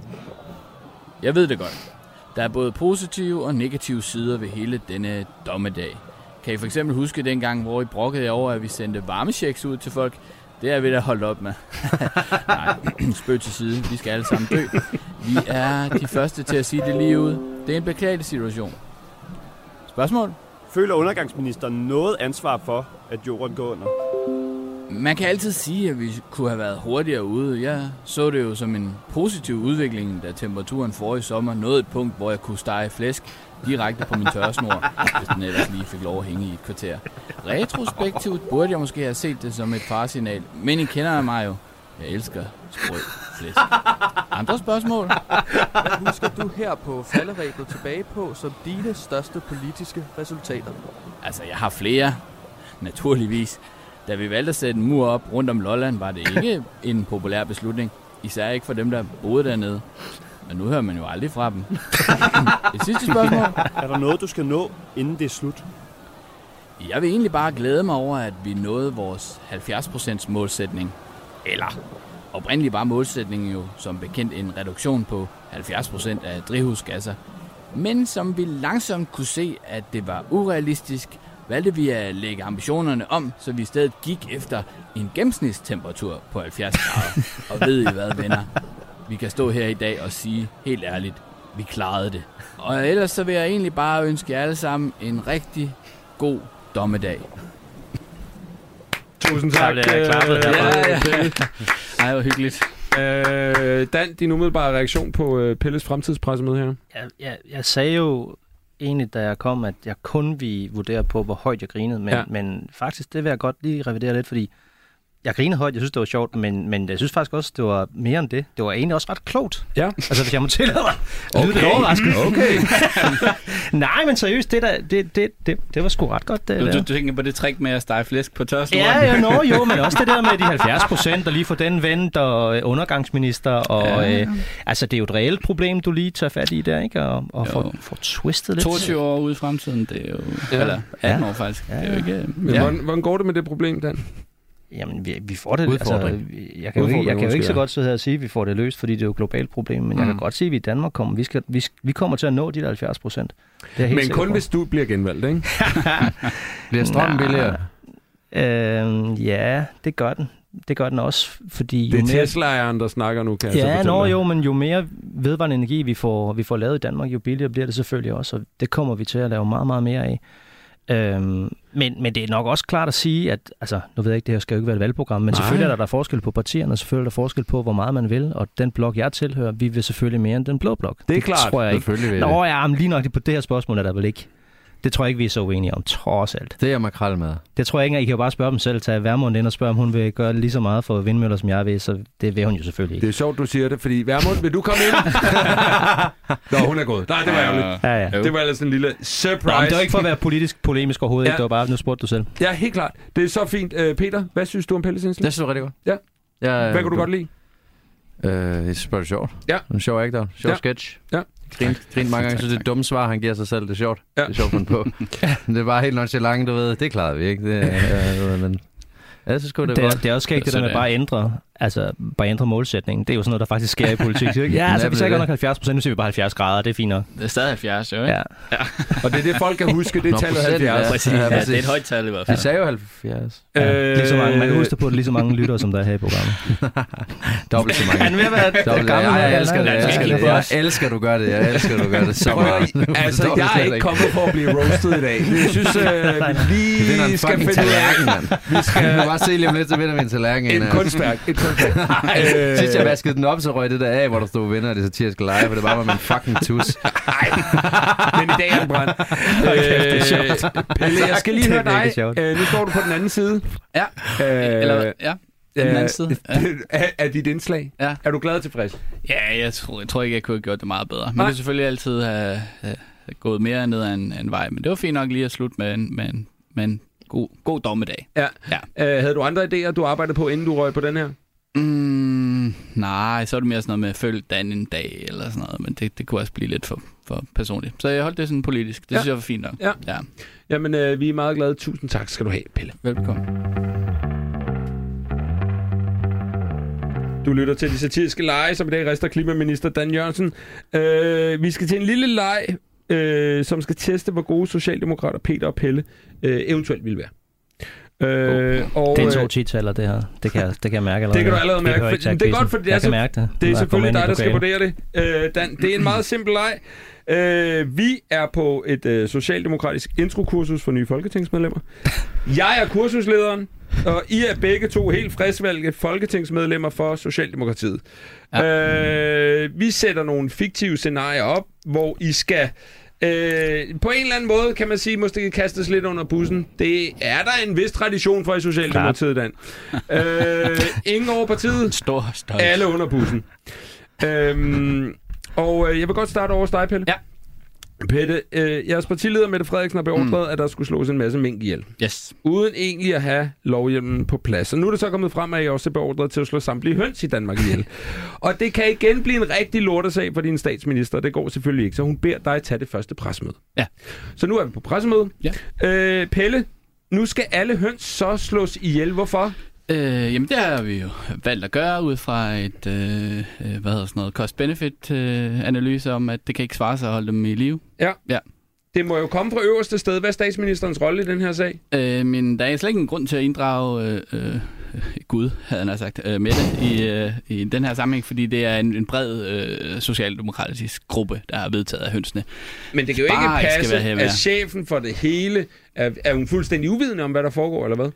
Speaker 3: Jeg ved det godt. Der er både positive og negative sider ved hele denne dommedag. Kan I for eksempel huske dengang, hvor I brokkede jer over, at vi sendte varmechecks ud til folk? Det er vi da holdt op med. <laughs> Nej, <clears throat> spøg til side. Vi skal alle sammen dø. Vi er de første til at sige det lige ud. Det er en beklagelig situation. Spørgsmål?
Speaker 9: Føler undergangsministeren noget ansvar for, at jorden går under?
Speaker 3: Man kan altid sige, at vi kunne have været hurtigere ude. Jeg så det jo som en positiv udvikling, da temperaturen forrige sommer nåede et punkt, hvor jeg kunne stege flæsk direkte på min tørresnor, hvis den ellers lige fik lov at hænge i et kvarter. Retrospektivt burde jeg måske have set det som et farsignal, men I kender mig jo. Jeg elsker sprød flæsk. Andre spørgsmål?
Speaker 10: Hvad husker du her på falderæbet tilbage på som dine største politiske resultater?
Speaker 3: Altså, jeg har flere. Naturligvis. Da vi valgte at sætte en mur op rundt om Lolland, var det ikke en populær beslutning. Især ikke for dem, der boede dernede. Men nu hører man jo aldrig fra dem. Det sidste spørgsmål.
Speaker 9: Er der noget, du skal nå, inden det er slut?
Speaker 3: Jeg vil egentlig bare glæde mig over, at vi nåede vores 70% målsætning. Eller oprindeligt var målsætningen jo som bekendt en reduktion på 70% af drivhusgasser. Men som vi langsomt kunne se, at det var urealistisk, valgte vi at lægge ambitionerne om, så vi i stedet gik efter en gennemsnitstemperatur på 70 grader. Og ved I hvad, venner? Vi kan stå her i dag og sige helt ærligt, vi klarede det. Og ellers så vil jeg egentlig bare ønske jer alle sammen en rigtig god dommedag.
Speaker 1: Tusind tak.
Speaker 11: Der bliver klappet
Speaker 1: øh,
Speaker 11: herfra.
Speaker 1: ja,
Speaker 11: <laughs>
Speaker 1: ja.
Speaker 11: Ej, hvor hyggeligt.
Speaker 1: Øh, Dan, din umiddelbare reaktion på øh, Pelles fremtidspressemøde her.
Speaker 4: Jeg, jeg, jeg sagde jo egentlig, da jeg kom, at jeg kun ville vurdere på, hvor højt jeg grinede, men,
Speaker 1: Ja.
Speaker 4: ja. men faktisk, det vil jeg godt lige revidere lidt, fordi jeg grinede højt, jeg synes, det var sjovt, men, men jeg synes faktisk også, det var mere end det. Det var egentlig også ret klogt.
Speaker 1: Ja.
Speaker 4: Altså, hvis jeg må tillade mig. Okay. Lyder det overraskende? Okay. <laughs> Nej, men seriøst, det, der, det, det, det, det var sgu ret godt. Det,
Speaker 11: Du, du,
Speaker 4: der.
Speaker 11: du tænker på det trick med at stege flæsk på tørsnoren?
Speaker 4: Ja, ja, no, jo, men også det der med de 70 procent, og lige få den vendt, og øh, undergangsminister, og ja. øh, altså, det er jo et reelt problem, du lige tager fat i der, ikke? Og, og
Speaker 11: Jo.
Speaker 4: får, får twistet lidt.
Speaker 11: 22 år ude i fremtiden, det er jo...
Speaker 1: Ja.
Speaker 11: Ja. Eller 18
Speaker 4: Ja.
Speaker 11: år faktisk.
Speaker 4: Ja,
Speaker 11: Det er jo
Speaker 4: ja.
Speaker 11: ikke...
Speaker 1: Men
Speaker 11: Ja.
Speaker 1: hvordan, hvordan går det med det problem, Dan?
Speaker 4: Jamen, vi, vi får det...
Speaker 1: Udfordring.
Speaker 4: Altså, vi- jeg kan jo ikke, jeg
Speaker 1: Udfordring,
Speaker 4: kan jo ikke så
Speaker 1: undskyld.
Speaker 4: godt sidde her og sige, at vi får det løst, fordi det er jo et globalt problem, men mm. jeg kan godt se, at vi i Danmark kommer, vi, skal, vi, vi kommer til at nå de der 70 procent. Det er jeg helt
Speaker 1: Men
Speaker 4: sikker
Speaker 1: kun
Speaker 4: på.
Speaker 1: hvis du bliver genvalgt, ikke?
Speaker 5: <laughs> Bliver strømmen billigere?
Speaker 4: Øhm, ja, det gør den. Det gør den også, fordi...
Speaker 1: Det
Speaker 4: jo
Speaker 1: er
Speaker 4: mere-
Speaker 1: Tesla'eren, der snakker nu, kan jeg så
Speaker 4: Ja,
Speaker 1: fortælle
Speaker 4: nå
Speaker 1: dig.
Speaker 4: jo, men jo mere vedvarende energi vi får, vi får lavet i Danmark, jo billigere bliver det selvfølgelig også, og det kommer vi til at lave meget, meget mere af. Øhm, men, men det er nok også klart at sige, at altså, nu ved jeg ikke, det her skal jo ikke være et valgprogram, men Nej. selvfølgelig er der, der er forskel på partierne, og selvfølgelig er der forskel på, hvor meget man vil, og den blok, jeg tilhører, vi vil selvfølgelig mere end den blå blok.
Speaker 1: Det er klart.
Speaker 4: tror jeg ikke.
Speaker 5: Selvfølgelig vil
Speaker 4: Nå
Speaker 5: det.
Speaker 4: ja, men lige nok på det her spørgsmål er der vel ikke. Det tror jeg ikke, vi er så uenige om, trods alt.
Speaker 5: Det er makrel med.
Speaker 4: Det tror jeg ikke, at I kan jo bare spørge dem selv, tage Værmund ind og spørge, om hun vil gøre lige så meget for vindmøller, som jeg vil, så det vil hun jo selvfølgelig ikke.
Speaker 1: Det er sjovt, du siger det, fordi Værmund, vil du komme
Speaker 4: <laughs>
Speaker 1: ind? Nå, hun er gået. Nej, det var ærgerligt.
Speaker 4: Ja, ja.
Speaker 1: Det var ellers en lille
Speaker 4: Nå, men
Speaker 1: surprise.
Speaker 4: det var ikke for at være politisk polemisk overhovedet,
Speaker 1: Ja.
Speaker 4: ja. det var bare, nu spurgte du selv.
Speaker 1: Ja, helt klart. Det er så fint. Øh, Peter, hvad synes du om Pelles indslag?
Speaker 5: Det synes jeg rigtig godt.
Speaker 1: Ja.
Speaker 5: ja
Speaker 1: Hvad kunne du godt lide?
Speaker 5: Øh, jeg synes bare, det er sjovt.
Speaker 1: Ja.
Speaker 5: En sjov actor. Sjov
Speaker 1: Ja.
Speaker 5: ja. sketch.
Speaker 1: Ja.
Speaker 5: Grin, grin mange gange. Så det er dumme svar, han giver sig selv. Det er sjovt.
Speaker 1: Ja.
Speaker 5: Ja. Det er sjovt <laughs> fundet på. Men det er bare helt nonchalant, du ved. Det klarede vi ikke. Det, <laughs> øh, du ved, men... Ja, jeg synes sgu, det,
Speaker 4: Det er,
Speaker 5: var.
Speaker 4: det er også skægt, det
Speaker 11: Så
Speaker 4: der med
Speaker 11: det er-
Speaker 4: bare at ændre, altså, bare ændre målsætningen. Det er jo sådan noget, der faktisk sker i politik. Ikke? Ja, altså, vi
Speaker 5: Nemlig
Speaker 4: sagde godt
Speaker 5: det.
Speaker 4: nok 70 procent, nu siger vi bare 70 grader, det er fint nok.
Speaker 11: Det er stadig 70, jo, ikke?
Speaker 4: Ja.
Speaker 1: Og det er det, folk kan huske. Det er
Speaker 5: Nå,
Speaker 1: tallet
Speaker 5: procent,
Speaker 11: <laughs>
Speaker 1: 70.
Speaker 11: Præcis.
Speaker 5: Ja,
Speaker 11: Ja,
Speaker 5: præcis.
Speaker 11: det er et højt tal i hvert
Speaker 5: Vi
Speaker 11: fald.
Speaker 5: sagde jo 70.
Speaker 4: Ja. Lige så mange, man kan
Speaker 1: Øh,
Speaker 4: huske det på, at lige så mange lyttere, som der er her i
Speaker 1: <laughs>
Speaker 4: programmet.
Speaker 5: Dobbelt så mange.
Speaker 4: vil være
Speaker 5: Dobbelt, jeg, jeg, elsker det, jeg elsker
Speaker 11: kigge
Speaker 5: det.
Speaker 11: på
Speaker 5: Jeg elsker, du gør det. Jeg elsker, du gør det så
Speaker 1: Prøv at-
Speaker 5: meget. Nu
Speaker 1: <laughs> altså,
Speaker 5: forstår
Speaker 1: jeg
Speaker 5: du
Speaker 1: er
Speaker 5: slet
Speaker 1: ikke kommet for at blive roasted i
Speaker 5: <laughs>
Speaker 1: dag. Det, jeg synes, øh, vi
Speaker 5: Vi vinder
Speaker 1: lige skal
Speaker 5: en fucking
Speaker 1: finde ud af.
Speaker 5: tallerken,
Speaker 1: <laughs>
Speaker 5: mand.
Speaker 1: Vi
Speaker 5: Kan
Speaker 1: skal
Speaker 5: du bare se lige om lidt, så vinder vi en tallerken.
Speaker 1: en
Speaker 5: Anna.
Speaker 1: kunstværk. Et
Speaker 5: <laughs>
Speaker 1: kunstværk. Øh,
Speaker 5: Sidst jeg vaskede den op, så røg det der af, hvor der stod vinder af det satiriske lege, for det bare var med en fucking tus.
Speaker 1: Men i dag er den
Speaker 5: <laughs>
Speaker 1: brændt. Øh, Pelle, jeg skal lige
Speaker 4: Det er
Speaker 1: høre dig.
Speaker 4: virkelig sjovt.
Speaker 1: Øh, nu står du på den anden side.
Speaker 11: Ja.
Speaker 1: Øh,
Speaker 11: Eller, ja. den anden
Speaker 1: <laughs>
Speaker 11: side. Ja.
Speaker 1: Af, af dit indslag.
Speaker 11: Ja.
Speaker 1: Er du glad og tilfreds?
Speaker 11: Ja, jeg tror, jeg tror ikke, jeg kunne have gjort det meget bedre. Man
Speaker 1: Nej.
Speaker 11: kunne selvfølgelig altid have, have gået mere ned ad en, en vej, men det var fint nok lige at slutte med en, med en, med en god, god dommedag.
Speaker 1: Ja.
Speaker 11: Ja.
Speaker 1: Øh, havde du andre idéer, du arbejdede på, inden du røg på den her?
Speaker 11: Mm,
Speaker 3: Mm, nej, så er det mere sådan noget med, følg Dan en dag, eller sådan noget, men det, det kunne også blive lidt for, for personligt. Så jeg holdt det sådan politisk. Det
Speaker 1: Ja.
Speaker 3: ja. synes jeg var fint nok.
Speaker 1: Ja.
Speaker 3: ja.
Speaker 1: Jamen, øh, vi er meget glade. Tusind tak skal du have, Pelle.
Speaker 3: Velkommen.
Speaker 1: Du lytter til de satiriske lege, som i dag rester klimaminister Dan Jørgensen. Øh, vi skal til en lille leg, øh, som skal teste, hvor gode socialdemokrater Peter og Pelle øh, eventuelt vil være. Øh, og,
Speaker 4: Det er en
Speaker 1: øh,
Speaker 4: to titaler, det her. Det kan, jeg, det kan jeg mærke allerede.
Speaker 1: Det kan du allerede
Speaker 4: Vi
Speaker 1: mærke,
Speaker 4: behøver
Speaker 1: for-
Speaker 4: ikke tage
Speaker 1: men det er
Speaker 4: quizzen.
Speaker 1: godt, fordi det er
Speaker 4: jeg kan
Speaker 1: så-
Speaker 4: mærke det.
Speaker 1: Det er
Speaker 4: når jeg kommer
Speaker 1: selvfølgelig
Speaker 4: ind i
Speaker 1: dig, der skal
Speaker 4: lokalet.
Speaker 1: vurdere det. Øh, Dan, det er en meget simpel leg. Øh, vi er på et øh, socialdemokratisk introkursus for nye folketingsmedlemmer. Jeg er kursuslederen, og I er begge to helt friskvalgte folketingsmedlemmer for Socialdemokratiet. Ja. Øh, vi sætter nogle fiktive scenarier op, hvor I skal... Øh, på en eller anden måde, kan man sige, måske kastes lidt under bussen. Det er der en vis tradition for i Socialdemokratiet, Dan. Øh, ingen over partiet.
Speaker 3: Stor stolthed.
Speaker 1: Alle under bussen. øhm, og øh, jeg vil godt starte over hos dig, Pelle.
Speaker 3: Ja.
Speaker 1: Pelle, øh, jeres partileder Mette Frederiksen har beordret, mm. at der skulle slås en masse mink ihjel.
Speaker 3: Yes.
Speaker 1: Uden egentlig at have lovhjemmen på plads. Og nu er det så kommet frem, at I også er beordret til at slå samtlige høns i Danmark
Speaker 3: <laughs>
Speaker 1: ihjel. og det kan igen blive en rigtig lortesag for din statsminister. Det går selvfølgelig ikke, så hun beder dig tage det første pressemøde.
Speaker 3: Ja.
Speaker 1: Så nu er vi på pressemøde.
Speaker 3: Ja.
Speaker 1: Øh, Pelle, nu skal alle høns så slås ihjel. Hvorfor?
Speaker 3: Øh, jamen, det har vi jo valgt at gøre ud fra et, øh, øh, hvad hedder sådan noget, cost-benefit-analyse om, at det kan ikke svare sig at holde dem i live.
Speaker 1: Det må jo komme fra øverste sted. Hvad er statsministerens rolle i den her sag?
Speaker 3: Øh, men der er slet ikke en grund til at inddrage øh, øh, Gud, havde han sagt, øh, Mette, i, øh, i den her sammenhæng, fordi det er en, en bred øh, socialdemokratisk gruppe, der har vedtaget af hønsene.
Speaker 1: Men det kan jo ikke
Speaker 3: Bare ikke skal
Speaker 1: passe,
Speaker 3: være her,
Speaker 1: at
Speaker 3: hvad?
Speaker 1: chefen for det hele... Er, er hun fuldstændig uvidende om, hvad der foregår, eller hvad?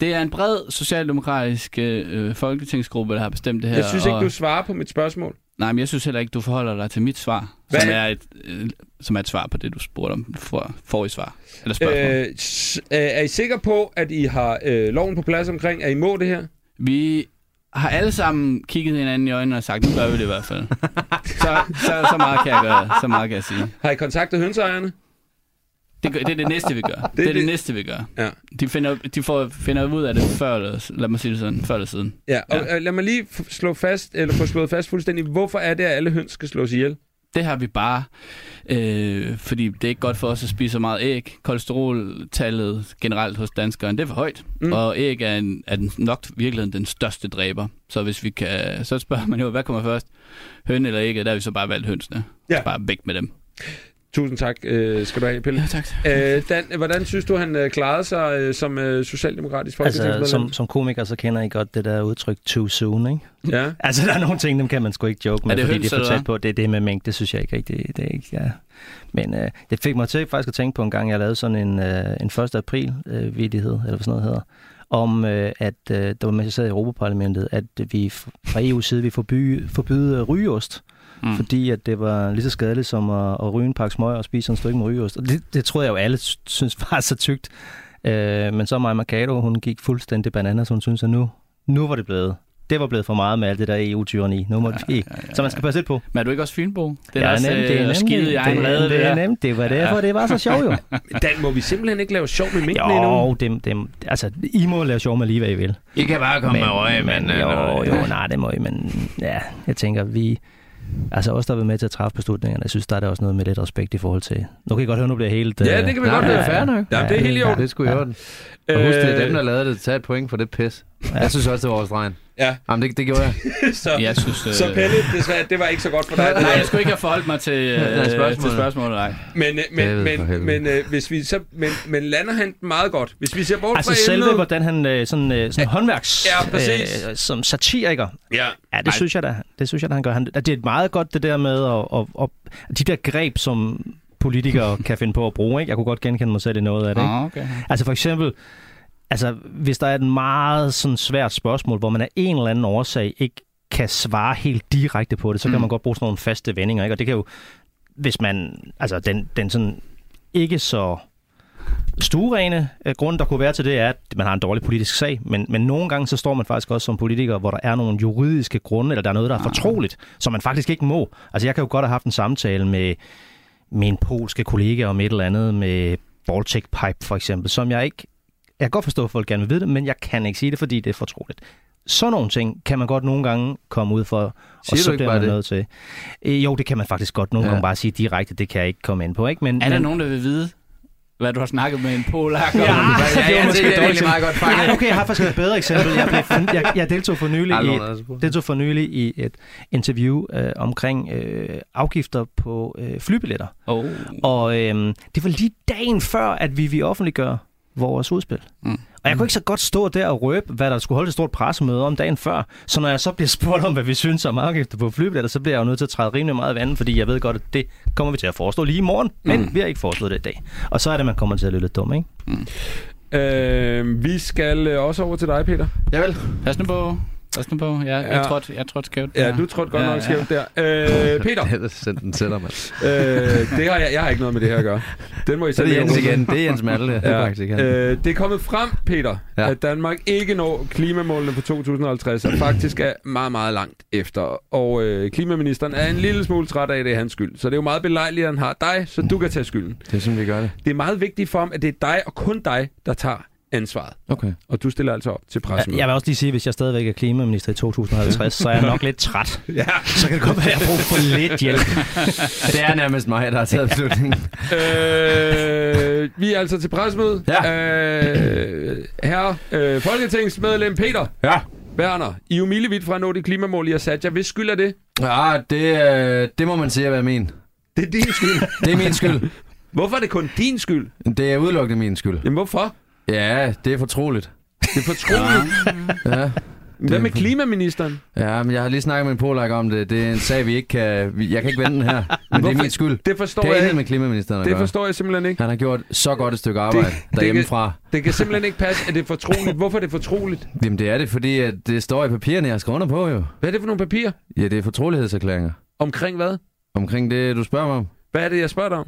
Speaker 3: Det er en bred socialdemokratisk øh, folketingsgruppe, der har bestemt det her.
Speaker 1: Jeg synes ikke,
Speaker 3: og-
Speaker 1: du svarer på mit spørgsmål.
Speaker 3: Nej, men jeg synes heller ikke, du forholder dig til mit svar,
Speaker 1: Hvad?
Speaker 3: som er, et, øh, som er et svar på det, du spurgte om for, for i svar. Eller spørgsmål. Øh...
Speaker 1: Øh, s- øh, er I sikre på, at I har øh, loven på plads omkring, at I må det her?
Speaker 3: Vi har alle sammen kigget hinanden i øjnene og sagt, nu gør vi det i hvert
Speaker 1: <laughs>
Speaker 3: fald. så, så, så meget kan jeg gøre, så meget kan jeg sige.
Speaker 1: Har I kontaktet hønsejerne?
Speaker 3: Det, gør, det er det næste, vi gør. Det, det er
Speaker 1: det-
Speaker 3: det næste, vi gør.
Speaker 1: Ja.
Speaker 3: De, finder, de får, finder ud af det før eller, lad mig sige det sådan, før eller siden.
Speaker 1: Ja, og
Speaker 3: Ja.
Speaker 1: ja. lad mig lige f- slå fast, eller få slået fast fuldstændig, hvorfor er det, at alle høns skal slås ihjel?
Speaker 3: Det har vi bare, øh, fordi det er ikke godt for os at spise så meget æg. Kolesteroltallet generelt hos danskerne, det er for højt.
Speaker 1: Mm.
Speaker 3: Mm. Og æg er, en, er den, nok i virkeligheden den største dræber. Så hvis vi kan, så spørger man jo, hvad kommer først? Høn eller æg? Og Der har vi så bare valgt hønsene.
Speaker 1: Ja.
Speaker 3: Ja. Bare væk med dem.
Speaker 1: Tusind tak øh, skal du have,
Speaker 3: <laughs>
Speaker 1: Pelle.
Speaker 3: Ja, tak.
Speaker 1: Øh, Dan, hvordan synes du, han øh, klarede sig øh, som øh, socialdemokratisk folketingsmedlem?
Speaker 4: Altså, som, som komiker, så kender I godt det der udtryk too soon, ikke?
Speaker 1: Ja.
Speaker 4: <laughs> Altså, der er nogle ting, dem kan man sgu ikke joke med,
Speaker 3: Er det
Speaker 4: fordi
Speaker 3: høns,
Speaker 4: det er for
Speaker 3: eller
Speaker 4: tæt
Speaker 3: hvad?
Speaker 4: på. Det er det med mængde, det synes jeg ikke rigtigt. Det er ikke, ja. Men øh, det fik mig til faktisk at tænke på en gang, jeg lavede sådan en, øh, en 1. april-vidighed, eller hvad sådan noget hedder, om, øh, at øh, der var med, jeg sad i Europaparlamentet, at vi f- fra EU's side vi forbyde, forbyde øh, rygeost, mm.
Speaker 3: Mm.
Speaker 4: fordi at det var lige så skadeligt som at, at ryge en pakke smøg og spise sådan et stykke med rygeost. Og det, det troede jeg jo alle sy- synes var så tykt. Øh, men så Maja Mercado, hun gik fuldstændig bananas, hun synes, at nu, nu var det blevet. Det var blevet for meget med alt det der EU-tyrani. Nu må ja, vi, ja, ja, så man skal passe lidt på.
Speaker 3: Men er du ikke også Fynbo? Det
Speaker 4: Ja,
Speaker 3: deres,
Speaker 4: nemt, det er
Speaker 3: øh,
Speaker 4: nemt,
Speaker 3: skide i
Speaker 4: det er
Speaker 3: egen
Speaker 4: nemt,
Speaker 3: rede,
Speaker 4: det
Speaker 3: der.
Speaker 4: er nemt. Det var derfor, det var så
Speaker 3: <laughs>
Speaker 4: sjovt jo.
Speaker 1: Dan, må vi simpelthen ikke lave sjov med minkene endnu?
Speaker 4: Jo, det, det, altså, I må lave sjov med lige, hvad I vil.
Speaker 5: I kan bare komme med øje, men... øh,
Speaker 4: jo,
Speaker 5: nej.
Speaker 4: jo, nej, det må I, men ja, jeg tænker, vi... Altså også der har været med til at træffe beslutningerne, jeg synes, der er der også noget med lidt respekt i forhold til... Nu kan I godt høre, nu bliver jeg helt... øh,
Speaker 1: Ja, det kan vi
Speaker 5: Nej,
Speaker 1: godt
Speaker 5: det
Speaker 1: høre.
Speaker 5: er fair nok.
Speaker 1: Ja, det er helt i orden.
Speaker 5: Det skulle i orden. Og husk, det er dem, der lavede det. Tag et point for det pis. Jeg synes også, det var vores regn.
Speaker 1: Ja.
Speaker 5: Jamen, det, det gjorde jeg.
Speaker 1: så,
Speaker 3: Jeg synes, øh,
Speaker 1: Så Pelle, desværre, det var ikke så godt for dig.
Speaker 3: <laughs> Nej, jeg skulle ikke have forholdt mig til, øh,
Speaker 5: spørgsmålet.
Speaker 3: til spørgsmålet. Nej.
Speaker 1: Men, øh, men,
Speaker 5: David for
Speaker 1: men,
Speaker 5: helvede.
Speaker 1: men, øh, hvis vi så, men, men lander han den meget godt? Hvis vi ser bort
Speaker 4: Altså
Speaker 1: fra
Speaker 4: selve,
Speaker 1: emnet-
Speaker 4: hvordan han øh, sådan, øh, sådan håndværks...
Speaker 1: Ja, præcis.
Speaker 4: øh, som satiriker.
Speaker 1: Ja,
Speaker 4: Ja, det synes jeg da. Det synes jeg da, han gør. Han, det er meget godt, det der med at, at, at, de der greb, som politikere kan finde på at bruge. Ikke? Jeg kunne godt genkende mig selv i noget af det. Ikke?
Speaker 3: Ah, okay.
Speaker 4: Altså for eksempel, altså hvis der er et meget sådan svært spørgsmål, hvor man af en eller anden årsag ikke kan svare helt direkte på det, så mm. kan
Speaker 3: Mm.
Speaker 4: man godt bruge sådan nogle faste vendinger, ikke? Og det kan jo, hvis man, altså den, den sådan ikke så stuerene øh, grund, der kunne være til det, er, at man har en dårlig politisk sag, men, men nogle gange så står man faktisk også som politiker, hvor der er nogle juridiske grunde, eller der er noget,
Speaker 5: Ah.
Speaker 4: der er fortroligt, som man faktisk ikke må. Altså jeg kan jo godt have haft en samtale med min polske kollega om et eller andet med Baltic Pipe for eksempel, som jeg ikke... Jeg kan godt forstå, at folk gerne vil vide det, men jeg kan ikke sige det, fordi det er fortroligt. sådan nogle ting kan man godt nogle gange komme ud for,
Speaker 5: Siger
Speaker 4: og
Speaker 5: du
Speaker 4: så
Speaker 5: ikke
Speaker 4: bliver
Speaker 5: bare
Speaker 4: man
Speaker 5: det?
Speaker 4: nødt til. Øh, jo, det kan man faktisk godt nogle
Speaker 5: Ja.
Speaker 4: gange bare sige direkte, det kan jeg ikke komme ind på. Ikke? Men,
Speaker 3: Er der
Speaker 4: men,
Speaker 3: nogen, der vil vide, hvad du har snakket med en polak om?
Speaker 4: Ja,
Speaker 5: Ja, ja, det, det er egentlig meget godt fanget.
Speaker 4: <laughs> Nej, okay, jeg har faktisk et bedre eksempel. Jeg, blev, fund- jeg, jeg deltog for nylig i
Speaker 5: Aldrig altså.
Speaker 4: et
Speaker 5: nogen, der har spurgt.
Speaker 4: Det tog for nylig i et interview øh, omkring øh, afgifter på øh, flybilletter.
Speaker 3: Oh.
Speaker 4: Og øh, det var lige dagen før, at vi vi offentliggør vores udspil.
Speaker 3: Mm.
Speaker 4: Mm. Og jeg kunne ikke så godt stå der og røbe, hvad der skulle holde et stort pressemøde om dagen før. Så når jeg så bliver spurgt om, hvad vi synes om afgifter på flybilletter, så bliver jeg jo nødt til at træde rimelig meget i vandet, fordi jeg ved godt, at det kommer vi til at foreslå lige i morgen. Men
Speaker 3: Mm.
Speaker 4: vi har ikke foreslået det i dag. Og så er det, man kommer til at lyde lidt dum, ikke?
Speaker 1: Øh, vi skal øh, også over til dig, Peter.
Speaker 3: Pas nu på. Pas nu på. Jeg, ja.
Speaker 1: Ja.
Speaker 3: jeg trådte, jeg trådte skævt.
Speaker 1: Ja, du trådte godt
Speaker 3: Ja,
Speaker 1: nok
Speaker 3: ja.
Speaker 1: skævt der. Øh,
Speaker 5: <laughs>
Speaker 1: Peter,
Speaker 5: Ellers send den til dig, mand.
Speaker 1: øh, det har jeg, jeg har ikke noget med det her at gøre. Den må I
Speaker 5: Så er
Speaker 1: selv
Speaker 5: det Jens
Speaker 1: lægge
Speaker 5: igen. Det er Jens Malte. Det er faktisk ikke han.
Speaker 1: Øh, det er kommet frem, Peter, ja.
Speaker 5: Ja.
Speaker 1: at Danmark ikke når klimamålene for 2050, og faktisk er meget, meget langt efter. Og øh, klimaministeren er en lille smule træt af, at det er hans skyld. Så det er jo meget belejligt, at han har dig, så du kan tage skylden.
Speaker 5: Det er sådan, vi gør det.
Speaker 1: Det er meget vigtigt for ham, at det er dig og kun dig, der tager ansvaret.
Speaker 5: Okay.
Speaker 1: Og du stiller altså op til
Speaker 4: Jeg,
Speaker 1: pressemødet.
Speaker 4: jeg vil også lige sige, at hvis jeg stadigvæk er klimaminister <laughs> i 2050, så er jeg nok lidt træt.
Speaker 1: ja.
Speaker 4: Så kan det godt være, at jeg har brug for lidt hjælp.
Speaker 5: Det er nærmest mig, der har taget beslutningen.
Speaker 1: <laughs> Øh, vi er altså til pressemødet.
Speaker 5: Ja.
Speaker 1: Øh, herre øh, Folketingsmedlem Peter
Speaker 5: <laughs> Ja.
Speaker 1: Werner, I er jo milevidt fra at nå det klimamål, I har sat jer. Hvis skyld er det?
Speaker 5: Ja, det, øh, det må man sige at være min.
Speaker 1: Det er din skyld.
Speaker 5: Det er min skyld.
Speaker 1: <laughs> Hvorfor er det kun din skyld?
Speaker 5: Det er udelukkende min skyld.
Speaker 1: Jamen hvorfor?
Speaker 5: Ja, det er fortroligt.
Speaker 1: Det er fortroligt.
Speaker 5: Ja.
Speaker 1: Hvad med klimaministeren?
Speaker 5: ja, men jeg har lige snakket med en polak om det. Det er en sag, vi ikke kan... vi- Jeg kan ikke vende den her. Men det
Speaker 1: Hvorfor-
Speaker 5: er min skyld.
Speaker 1: Det forstår
Speaker 5: Det er
Speaker 1: jeg
Speaker 5: intet
Speaker 1: ikke.
Speaker 5: med klimaministeren at
Speaker 1: Det
Speaker 5: gøre.
Speaker 1: forstår jeg simpelthen ikke.
Speaker 5: Han har gjort så godt et stykke arbejde
Speaker 1: det kan-
Speaker 5: derhjemmefra.
Speaker 1: Det kan simpelthen ikke passe, at det er fortroligt. Hvorfor er det fortroligt?
Speaker 5: Jamen det er det, fordi at det står i papirerne, jeg har skrevet under på jo.
Speaker 1: Hvad er det for nogle papirer?
Speaker 5: Ja, det er fortrolighedserklæringer.
Speaker 1: Omkring hvad?
Speaker 5: Omkring det, du spørger mig om.
Speaker 1: Hvad er det, jeg spørger dig om?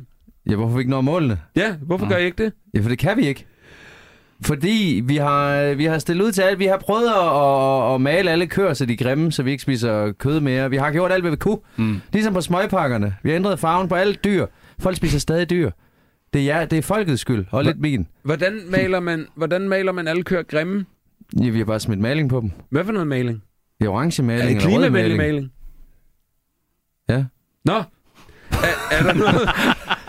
Speaker 5: Ja, hvorfor vi ikke når målene?
Speaker 1: Ja, hvorfor
Speaker 3: Nå.
Speaker 1: gør jeg ikke det?
Speaker 5: Ja, for det kan vi ikke. Fordi vi har, vi har stillet ud til alt. Vi har prøvet at, at, at male alle køer, så de er grimme, så vi ikke spiser kød mere. Vi har gjort alt, hvad vi kunne.
Speaker 3: Mm.
Speaker 5: Ligesom på smøgpakkerne. Vi har ændret farven på alle dyr. Folk spiser stadig dyr. Det er, jer, det er folkets skyld, og lidt min.
Speaker 1: Hvordan maler man, hvordan maler man alle køer grimme?
Speaker 5: Ja, vi har bare smidt maling på dem.
Speaker 1: Hvad for noget maling?
Speaker 5: Det er orange
Speaker 1: Er
Speaker 5: maling
Speaker 1: det
Speaker 5: og rød
Speaker 1: klimavenlig
Speaker 5: maling.
Speaker 1: maling?
Speaker 5: Ja.
Speaker 1: Nå. Er, er der noget,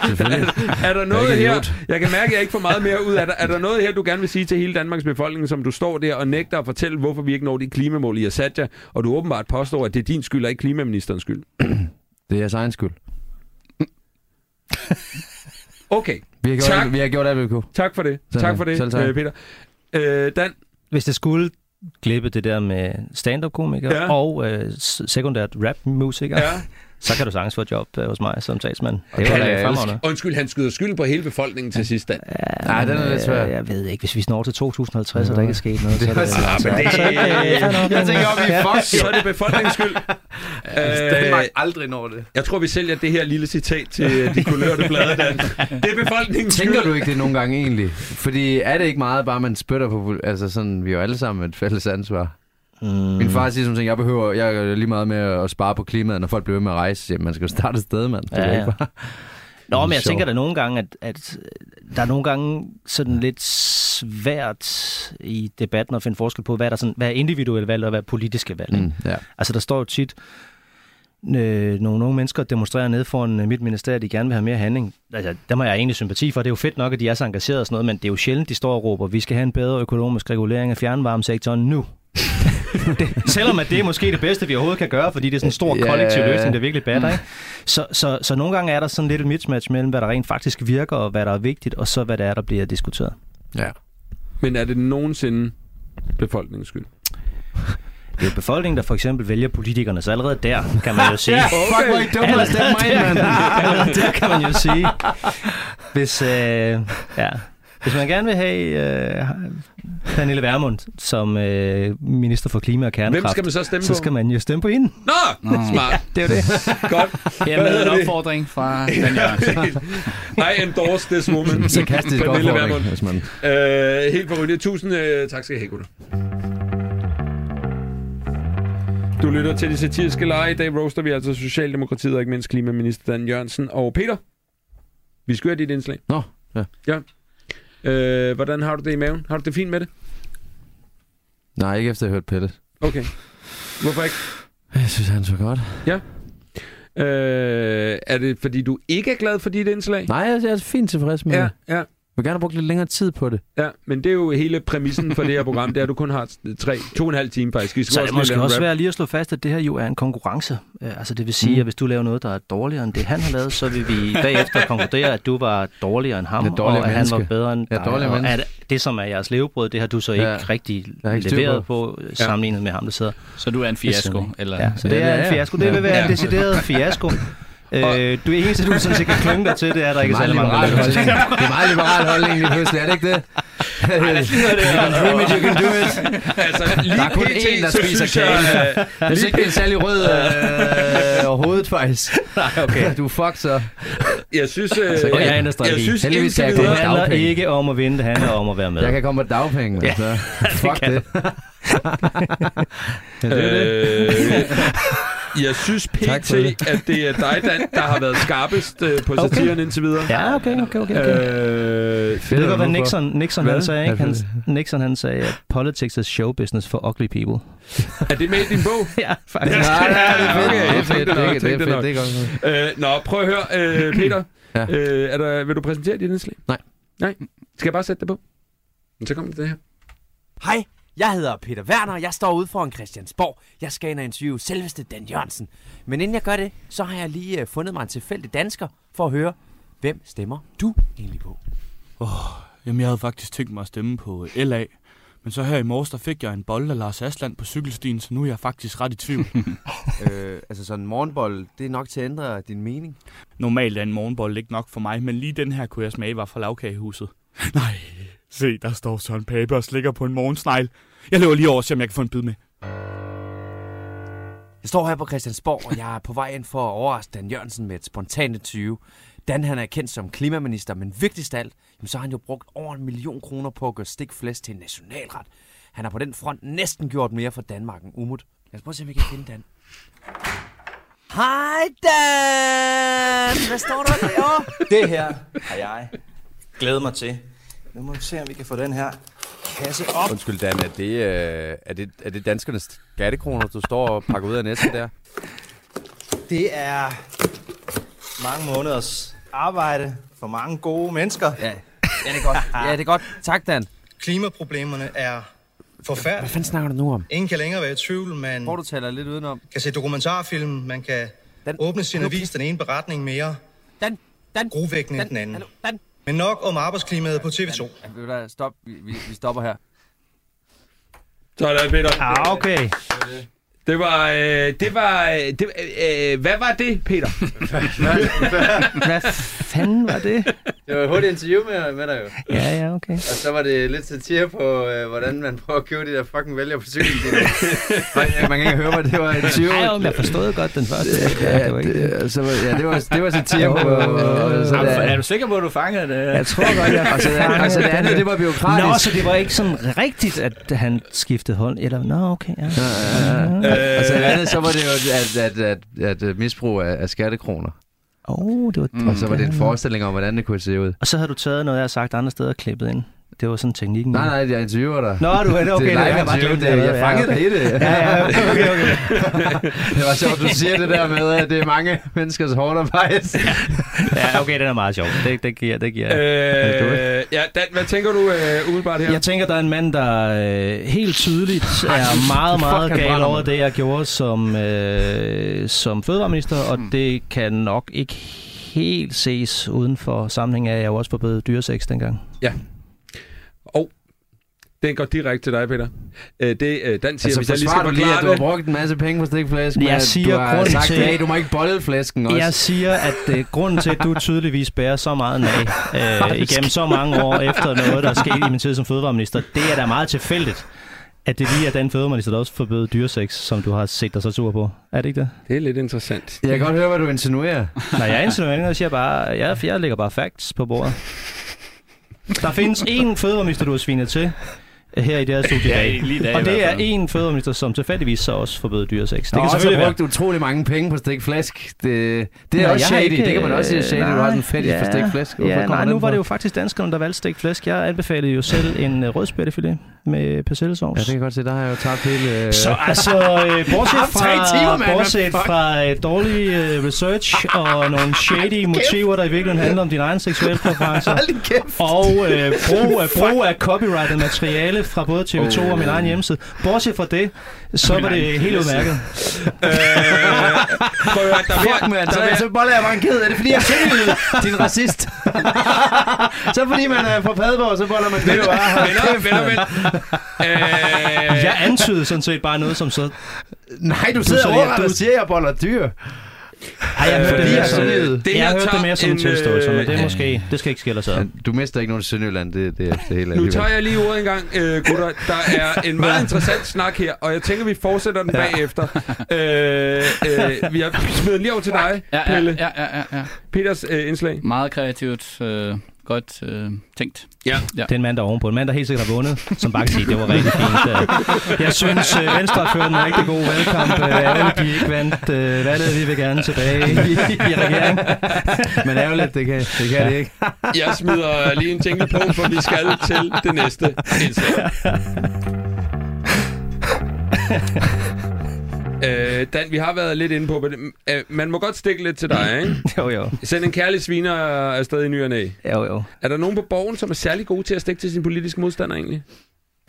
Speaker 5: Selvfølgelig.
Speaker 1: er der <laughs> noget
Speaker 5: ikke
Speaker 1: her?
Speaker 5: idiot.
Speaker 1: Jeg kan mærke, at jeg ikke får meget mere ud af det. Er der noget her, du gerne vil sige til hele Danmarks befolkning, som du står der og nægter at fortælle, hvorfor vi ikke når de klimamål, I har sat jer, og du åbenbart påstår, at det er din skyld og ikke klimaministerens skyld?
Speaker 5: Det er jeres egen skyld.
Speaker 1: Okay,
Speaker 5: Vi har gjort,
Speaker 1: Tak.
Speaker 5: alt- vi har gjort alt, hvad vi kunne.
Speaker 1: tak for det.
Speaker 5: Selv
Speaker 1: tak for
Speaker 5: tak.
Speaker 1: det,
Speaker 5: Selv tak.
Speaker 1: øh, Peter. Øh, Dan,
Speaker 4: hvis det skulle glippe det der med stand-up-komikere
Speaker 1: Ja.
Speaker 4: ja. og øh, s- sekundært rap-musikere, ja.
Speaker 1: ja.
Speaker 4: så kan du sagtens få et job øh, hos mig som statsmand.
Speaker 5: kan
Speaker 4: Det var
Speaker 5: jeg
Speaker 4: da fremragende.
Speaker 1: Undskyld, han skyder skylden på hele befolkningen til sidst, Dan.
Speaker 4: Ja,
Speaker 5: Nej, den er
Speaker 4: men,
Speaker 5: lidt svær.
Speaker 4: øh, Jeg ved ikke, hvis vi når til 2050, og der ikke er
Speaker 5: <laughs>
Speaker 4: sket noget, så er det...
Speaker 5: også-
Speaker 4: Ah, men det-
Speaker 5: Jeg tænker, om vi er fucked.
Speaker 1: Så er det befolkningens skyld. Øh,
Speaker 5: aldrig når det.
Speaker 1: jeg tror, vi sælger det her lille citat til øh, de kulørte blade, Dan. Det er befolkningens skyld.
Speaker 5: Tænker du ikke det nogle gange egentlig? Fordi er det ikke meget bare, man spytter på... pol- Altså sådan, vi er jo alle sammen et fælles ansvar. Mm.
Speaker 4: Mhm.
Speaker 5: Min far siger som ting, jeg behøver... Jeg er lige meget med at spare på klimaet, når folk bliver ved med at rejse. Jamen, man skal jo starte et sted, mand. Det er
Speaker 4: Ja,
Speaker 5: jo
Speaker 4: ja.
Speaker 5: ikke bare...
Speaker 4: Nå, men jeg
Speaker 5: Sjov.
Speaker 4: tænker da nogle gange, at, at øh, der er nogle gange sådan lidt svært i debatten at finde forskel på, hvad er, der sådan, hvad er individuelle valg og hvad er politiske valg. Mm.
Speaker 5: Mm, <laughs> ja.
Speaker 4: Altså, der står jo tit, øh, nogle unge mennesker demonstrerer nede foran øh, mit ministerie, at de gerne vil have mere handling. Altså, dem har jeg egentlig sympati for. Det er jo fedt nok, at de er så engagerede og sådan noget, men det er jo sjældent, de står og råber, vi skal have en bedre økonomisk regulering af fjernvarmesektoren nu. <laughs> det, selvom at det er måske det bedste, vi overhovedet kan gøre, fordi det er sådan en stor
Speaker 5: Ja.
Speaker 4: kollektiv løsning, der virkelig batter. Ikke? Så, så, så nogle gange er der sådan lidt et mismatch mellem, hvad der rent faktisk virker, og hvad der er vigtigt, og så hvad der er, der bliver diskuteret.
Speaker 5: ja.
Speaker 1: Men er det nogensinde befolkningens skyld?
Speaker 4: Det er jo befolkningen, der for eksempel vælger politikerne, så allerede der kan man jo sige,
Speaker 5: Fuck, hvor er I dumme at stemme mig ind,
Speaker 4: <laughs>
Speaker 5: mand.
Speaker 4: Allerede der kan man jo sige. Hvis, øh, ja. Hvis man gerne vil have øh, Pernille Vermund som øh, minister for klima og
Speaker 1: Hvem
Speaker 4: kernekraft,
Speaker 1: skal man så stemme
Speaker 4: så
Speaker 1: på?
Speaker 4: skal man jo stemme på hende.
Speaker 1: Nå, <laughs> smart.
Speaker 4: Det er jo det. <laughs>
Speaker 1: Godt.
Speaker 3: Her med en
Speaker 1: hedder det?
Speaker 3: opfordring fra Dan Jørgensen.
Speaker 1: <laughs> I endorse this
Speaker 5: <laughs>
Speaker 1: woman.
Speaker 5: Sarkastisk
Speaker 1: Pernille
Speaker 5: opfordring,
Speaker 1: Vermund.
Speaker 5: hvis man...
Speaker 1: Øh, helt forrygende. Tusind øh, tak skal I have, gutter. Du lytter til de satiriske lege. I dag roaster vi altså Socialdemokratiet og ikke mindst klimaminister Dan Jørgensen og Peter. Vi skal høre dit indslag.
Speaker 5: Nå, ja.
Speaker 1: ja. Øh, hvordan har du det i maven? Har du det fint med det?
Speaker 5: Nej, ikke efter jeg hørte Pelle.
Speaker 1: Okay. Hvorfor ikke?
Speaker 5: Jeg synes, han så godt.
Speaker 1: Øh, er det, fordi du ikke er glad for dit indslag?
Speaker 5: Nej, jeg jeg er fint tilfreds med
Speaker 1: Ja,
Speaker 5: det.
Speaker 1: ja,
Speaker 5: Jeg vil gerne have brugt lidt længere tid på det.
Speaker 1: ja. Men det er jo hele præmissen for det her program, det er, at du kun har tre, to og en halv time faktisk. I skal
Speaker 4: Så er
Speaker 1: også lige
Speaker 4: det
Speaker 1: lave
Speaker 4: måske
Speaker 1: en
Speaker 4: også
Speaker 1: rap.
Speaker 4: svært lige at slå fast, at det her jo er en konkurrence. Øh, Altså det vil sige,
Speaker 1: Mm.
Speaker 4: at hvis du laver noget, der er dårligere end det, han har lavet, så vil vi bagefter konkludere, at du var dårligere end ham,
Speaker 5: Jeg er dårligere
Speaker 4: og at han var
Speaker 5: menneske.
Speaker 4: bedre end
Speaker 5: Jeg
Speaker 4: dig.
Speaker 5: er dårligere
Speaker 4: og
Speaker 5: menneske.
Speaker 4: at det, som er jeres levebrød, det har du så ikke
Speaker 5: Ja.
Speaker 4: rigtig
Speaker 5: Der er ikke styr
Speaker 4: leveret på, på øh, sammenlignet med ham, der sidder.
Speaker 3: Så du er en fiasko, eller...
Speaker 4: Ja, så det
Speaker 5: Ja, det
Speaker 4: er
Speaker 5: er
Speaker 4: en fiasko. Det
Speaker 5: jeg.
Speaker 4: vil være en decideret
Speaker 5: <laughs>
Speaker 4: fiasko. Øh, du er eneste, du sådan set kan klynge dig til, det er, at der ikke er særlig mange.
Speaker 5: liberal
Speaker 4: der-
Speaker 5: holdning. Det er meget liberal holdning lige pludselig, er det ikke det? you can <laughs> dream it, you can do it.
Speaker 1: Altså, lige
Speaker 5: Der er kun
Speaker 1: pt,
Speaker 5: én, der
Speaker 1: så
Speaker 5: spiser
Speaker 1: synes jeg, øh,
Speaker 5: Jeg synes ikke, det er en særlig rød øh, overhovedet, faktisk.
Speaker 4: Nej, okay.
Speaker 5: Du er fuck så.
Speaker 1: jeg
Speaker 4: <laughs>
Speaker 1: synes, øh,
Speaker 4: kan Altså, jeg ændre
Speaker 1: jeg
Speaker 4: strategien.
Speaker 1: synes
Speaker 5: Heldigvis
Speaker 1: indtil
Speaker 5: kan jeg
Speaker 4: Det
Speaker 1: videre,
Speaker 5: komme-
Speaker 4: handler
Speaker 5: Dagpenge.
Speaker 4: ikke om at vinde, det handler om at være med.
Speaker 5: Jeg kan komme på dagpenge, men så fuck det.
Speaker 1: Øh, jeg
Speaker 4: <laughs>
Speaker 1: synes pt,
Speaker 5: Tak for det.
Speaker 1: at det er dig, Dan, der har været skarpest øh, på
Speaker 4: Okay.
Speaker 1: satiren indtil videre.
Speaker 4: Ja, okay, okay, okay. okay.
Speaker 1: Øh,
Speaker 4: Det ved godt, hvad Nixon, Nixon
Speaker 5: Hvad?
Speaker 4: han sagde, ikke?
Speaker 5: Ja,
Speaker 4: Han, Nixon han sagde, at politics is show business for ugly people.
Speaker 1: er det med i din bog?
Speaker 4: ja, faktisk.
Speaker 5: <laughs> Nej, nej, det er fedt.
Speaker 1: Okay,
Speaker 5: Det er fedt,
Speaker 1: tænkte
Speaker 5: det
Speaker 1: nok,
Speaker 5: er- det
Speaker 1: tænkte
Speaker 5: er fedt,
Speaker 1: nok.
Speaker 5: det er godt.
Speaker 1: Øh, nå, prøv at høre, øh, Peter.
Speaker 5: <clears throat> Ja.
Speaker 1: øh, er der, vil du præsentere dit indslag?
Speaker 5: Nej.
Speaker 1: Nej? Skal jeg bare sætte det på? Men så kommer det her.
Speaker 10: Hej, jeg hedder Peter Werner, og jeg står ude foran Christiansborg. Jeg skal ind og interviewe selveste Dan Jørgensen. Men inden jeg gør det, så har jeg lige øh, fundet mig en tilfældig dansker for at høre, hvem stemmer du egentlig på?
Speaker 9: Jamen, jeg havde faktisk tænkt mig at stemme på øh, LA. Men så her i morges, der fik jeg en bold af Lars Asland på cykelstien, så nu er jeg faktisk ret i <laughs> tvivl.
Speaker 5: Øh, altså sådan en morgenbold, det er nok til at ændre din mening.
Speaker 9: Normalt er en morgenbold ikke nok for mig, men lige den her kunne jeg smage var fra lavkagehuset. <laughs> Nej, se, der står Søren Pape og slikker på en morgensnegl. Jeg løber lige over og ser, om jeg kan få en bid med.
Speaker 10: Jeg står her på Christiansborg, og jeg er på vej ind for at overraske Dan Jørgensen med et spontant 20. Dan han er kendt som klimaminister, men vigtigst af alt, jamen, så har han jo brugt over en million kroner på at gøre stikflæs til en nationalret. Han har på den front næsten gjort mere for Danmark end Umut. Lad os prøve at se, om vi kan finde Dan. Hej Dan! Hvad står der derovre?
Speaker 4: Det her har jeg glædet mig til. Nu må vi se, om vi kan få den her kasse op.
Speaker 5: Undskyld, Dan, er det, øh, er det, er det danskernes skattekroner, du står og pakker ud af næsten der?
Speaker 4: Det er mange måneders arbejde for mange gode mennesker.
Speaker 5: Ja, ja det er godt. Ja, det er godt. Tak, Dan.
Speaker 4: Klimaproblemerne er
Speaker 10: Hvad
Speaker 4: forfærdelige.
Speaker 10: fanden snakker du nu om?
Speaker 4: Ingen kan længere være i tvivl. Man
Speaker 5: Hvor du taler lidt udenom.
Speaker 4: kan se dokumentarfilm, man kan
Speaker 10: Dan,
Speaker 4: åbne sin
Speaker 10: hallo,
Speaker 4: avis, den ene beretning mere,
Speaker 10: Dan, Dan,
Speaker 4: gruvækkende end den
Speaker 10: Dan,
Speaker 4: anden.
Speaker 10: hallo, Dan.
Speaker 4: Men nok om arbejdsklimaet på TV2.
Speaker 5: Ja, ved du hvad, stop. Vi, vi, vi stopper her.
Speaker 1: Sådan, Peter.
Speaker 4: Ah, okay.
Speaker 1: Det var, øh, det var, øh, det, øh, hvad var det, Peter?
Speaker 4: Hvad fanden var det?
Speaker 5: Det var et hurtigt interview med, med dig jo.
Speaker 4: Ja, ja, okay.
Speaker 5: Og så var det lidt satire på, øh, hvordan man prøver at købe de der fucking vælger på cyklen. <laughs> man kan ikke høre, hvad det var et 20
Speaker 4: Ej, jo, men jeg forstod godt den første. Ja, det var ikke det.
Speaker 5: så var, ja, det var, det var satire på... øh,
Speaker 4: så
Speaker 3: Er, er du sikker på, at du fangede det?
Speaker 4: Jeg tror godt, jeg
Speaker 5: Og så, og så det andet, det var biokratisk.
Speaker 4: Altså, Nå, så det var ikke sådan rigtigt, at han skiftede hold? Eller, nå, okay, ja. Øh.
Speaker 5: Og så det andet, så var det jo, at, at, at, at øh, misbrug af, af skattekroner.
Speaker 4: Oh, det var
Speaker 5: Mm, og så var det en
Speaker 4: ja.
Speaker 5: forestilling om, hvordan det kunne se ud.
Speaker 4: Og så havde du taget noget, jeg har sagt andre steder og klippet ind. Det var sådan teknikken.
Speaker 5: Nej, nej, jeg interviewer dig.
Speaker 4: Nå, du er det okay.
Speaker 5: det er
Speaker 4: jeg
Speaker 5: live
Speaker 4: bare
Speaker 5: interview,
Speaker 4: glemt,
Speaker 5: det, jeg
Speaker 4: ja,
Speaker 5: fangede dig i det.
Speaker 4: Ja, ja, okay,
Speaker 5: <laughs>
Speaker 4: okay.
Speaker 5: Det var sjovt, du siger det der med, at det er mange menneskers hårde arbejde.
Speaker 4: Ja, okay, den er meget sjov. Det, det giver, det giver.
Speaker 1: Øh, ja, Dan, hvad tænker du øh, umiddelbart her?
Speaker 4: Jeg tænker, der er en mand, der øh, helt tydeligt er meget, meget
Speaker 5: han
Speaker 4: gal
Speaker 5: brænder,
Speaker 4: over
Speaker 5: mand.
Speaker 4: det, jeg gjorde som, øh, som fødevareminister, og
Speaker 5: Hmm.
Speaker 4: det kan nok ikke helt ses uden for sammenhæng af, at jeg jo også forbød dyreseks dengang.
Speaker 1: Den går direkte til dig, Peter. Øh, det, øh, Dan siger,
Speaker 5: Altså,
Speaker 1: hvis jeg lige skal
Speaker 5: forsvarer du lige, at
Speaker 1: forklare
Speaker 5: du har
Speaker 1: det.
Speaker 5: brugt en masse penge på stikflæsken,
Speaker 4: Jeg
Speaker 5: at
Speaker 4: siger
Speaker 5: du har
Speaker 4: grunden
Speaker 5: sagt,
Speaker 4: til-
Speaker 5: hey, du må ikke bolle flæsken også.
Speaker 4: Jeg siger, at øh, grunden til, at du tydeligvis bærer så meget nag øh, igennem så mange år efter noget, der skete i min tid som fødevareminister, det er da meget tilfældigt, at det lige er den fødevareminister, der også forbød dyreseks, som du har set dig så sur på. Er det ikke det?
Speaker 1: Det er lidt
Speaker 5: <laughs>
Speaker 1: interessant.
Speaker 5: Jeg kan godt høre, hvad du insinuerer.
Speaker 4: Nej, jeg insinuerer ikke noget. Jeg siger bare, jeg, jeg lægger bare facts på bordet. Der findes én fødevareminister, du har svinet til øh, her i det her studie i dag.
Speaker 3: lige i dag
Speaker 4: Og
Speaker 3: i
Speaker 4: det
Speaker 3: hvert
Speaker 4: er
Speaker 3: fald.
Speaker 4: én fødevareminister, som tilfældigvis så også forbød dyresex.
Speaker 5: Det
Speaker 4: Det
Speaker 5: kan
Speaker 4: kan
Speaker 5: og også
Speaker 4: selvfølgelig
Speaker 5: have
Speaker 4: være.
Speaker 5: brugt utrolig mange penge på stikflæsk. Det, det er
Speaker 4: Nå,
Speaker 5: også
Speaker 4: jeg har
Speaker 5: shady.
Speaker 4: ikke,
Speaker 5: det kan man også sige
Speaker 4: øh,
Speaker 5: shady. Det var også en fetish
Speaker 4: nej,
Speaker 5: for stikflæsk. Hvorfor
Speaker 4: Ja,
Speaker 5: kommer
Speaker 4: nej,
Speaker 5: den
Speaker 4: nu var
Speaker 5: fra?
Speaker 4: det jo faktisk danskerne, der valgte stegt flæsk. Jeg anbefalede jo selv en øh, rødspættefilet med persillesovs.
Speaker 5: Ja, det kan jeg godt se. Der har jeg jo tabt hele... Øh...
Speaker 4: Så
Speaker 5: <laughs>
Speaker 4: altså, øh, bortset fra,
Speaker 5: timer, mand.
Speaker 4: bortset fra øh, dårlig øh, research
Speaker 5: <laughs>
Speaker 4: og nogle shady motiver, der i virkeligheden handler om dine egne seksuelle præferencer. Og øh,
Speaker 5: <laughs>
Speaker 4: brug, af, brug af copyrightet materiale fra både TV2
Speaker 5: Øh.
Speaker 1: Oh.
Speaker 4: og min egen hjemmeside. Bortset fra det, så
Speaker 1: Min
Speaker 4: var det
Speaker 1: egen
Speaker 4: helt
Speaker 1: hjemmeside.
Speaker 4: udmærket.
Speaker 1: Øh, Prøv at høre, der
Speaker 5: Fuck,
Speaker 1: bliver-
Speaker 5: mand.
Speaker 1: der
Speaker 5: Så,
Speaker 1: bliver-
Speaker 5: Altså, så boller jeg mig en ked af det, fordi jeg er din <laughs> racist. så fordi man er fra Padborg, så boller man det. <laughs>
Speaker 4: Venner,
Speaker 1: venner, venner.
Speaker 5: Øh.
Speaker 4: Jeg antydede sådan set bare noget som så...
Speaker 5: Nej, du sidder overrettet og siger, at jeg boller dyr.
Speaker 4: Ej, jeg hørte
Speaker 5: Fordi
Speaker 4: det mere
Speaker 5: jeg
Speaker 4: som,
Speaker 5: er sønderjyde.
Speaker 4: jeg, jeg hørte det mere som en
Speaker 1: en,
Speaker 4: tilståelse, men det
Speaker 1: øh,
Speaker 4: er måske... Det skal ikke skille os ad.
Speaker 5: Du mister ikke nogen til Sønderjylland, det, det er det hele.
Speaker 1: Nu tager jeg lige ordet en gang, øh, gutter. Der er en
Speaker 3: <laughs>
Speaker 1: meget interessant snak her, og jeg tænker, vi fortsætter den
Speaker 5: Ja.
Speaker 1: bagefter. Øh, øh, vi har smidt den lige over til dig,
Speaker 3: Ja, ja,
Speaker 1: Pelle.
Speaker 3: ja, ja, ja, ja.
Speaker 1: Peters øh, indslag.
Speaker 3: Meget kreativt, øh, godt øh, tænkt.
Speaker 1: Ja.
Speaker 3: ja.
Speaker 4: Det er en mand, der er ovenpå. En mand, der helt sikkert har vundet, som bare kan sige, det var rigtig fint. Øh, Jeg synes, øh, Venstre førte en rigtig god valgkamp. Øh, Ærgerligt, de ikke vandt øh, valget. Vi vil gerne tilbage i,
Speaker 1: <laughs>
Speaker 4: i regeringen.
Speaker 5: Men ærgerligt, det kan det, kan
Speaker 4: Ja.
Speaker 5: det ikke.
Speaker 1: Jeg smider lige en ting på, for vi skal til det næste indslag. <laughs> Øh, Dan, vi har været lidt inde på, men, øh, man må godt stikke lidt til dig, ikke?
Speaker 4: Jo, jo.
Speaker 1: Send en kærlig sviner afsted i ny og næ.
Speaker 4: Jo, jo.
Speaker 1: Er der nogen på borgen, som er særlig gode til at stikke til sin politiske modstander egentlig?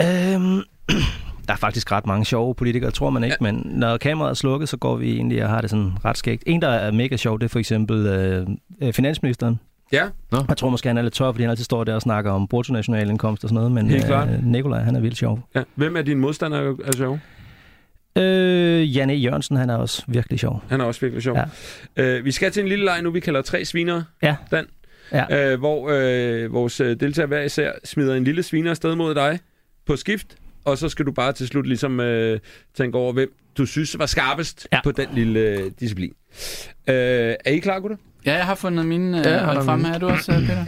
Speaker 4: Øhm, <clears throat> der er faktisk ret mange sjove politikere, tror man ikke, ja. men når kameraet er slukket, så går vi egentlig og har det sådan ret skægt. En, der er mega sjov, det er for eksempel øh, øh, finansministeren.
Speaker 1: Ja.
Speaker 5: Nå.
Speaker 4: Jeg tror måske, han er lidt tør, fordi han altid står der og snakker om bruttonationalindkomst og sådan noget, men øh,
Speaker 1: Helt klart.
Speaker 4: Nikolaj, han er vildt sjov.
Speaker 1: ja. Hvem er dine modstandere er sjov?
Speaker 4: Øh, Janne Jørgensen, han er også virkelig sjov.
Speaker 1: Han er også virkelig sjov. Ja. Øh, vi skal til en lille leg nu, vi kalder tre svinere.
Speaker 4: Ja.
Speaker 1: Dan.
Speaker 4: Ja.
Speaker 1: Øh, hvor øh, vores øh, deltager hver især smider en lille sviner afsted mod dig på skift. Og så skal du bare til slut ligesom øh, tænke over, hvem du synes var skarpest ja. på den lille øh, disciplin. Øh, er I klar, gutter?
Speaker 3: Ja, jeg har fundet mine øh,
Speaker 1: Ja, har
Speaker 3: ja,
Speaker 1: du
Speaker 3: frem
Speaker 1: mine?
Speaker 3: her. Er du også, øh, Peter?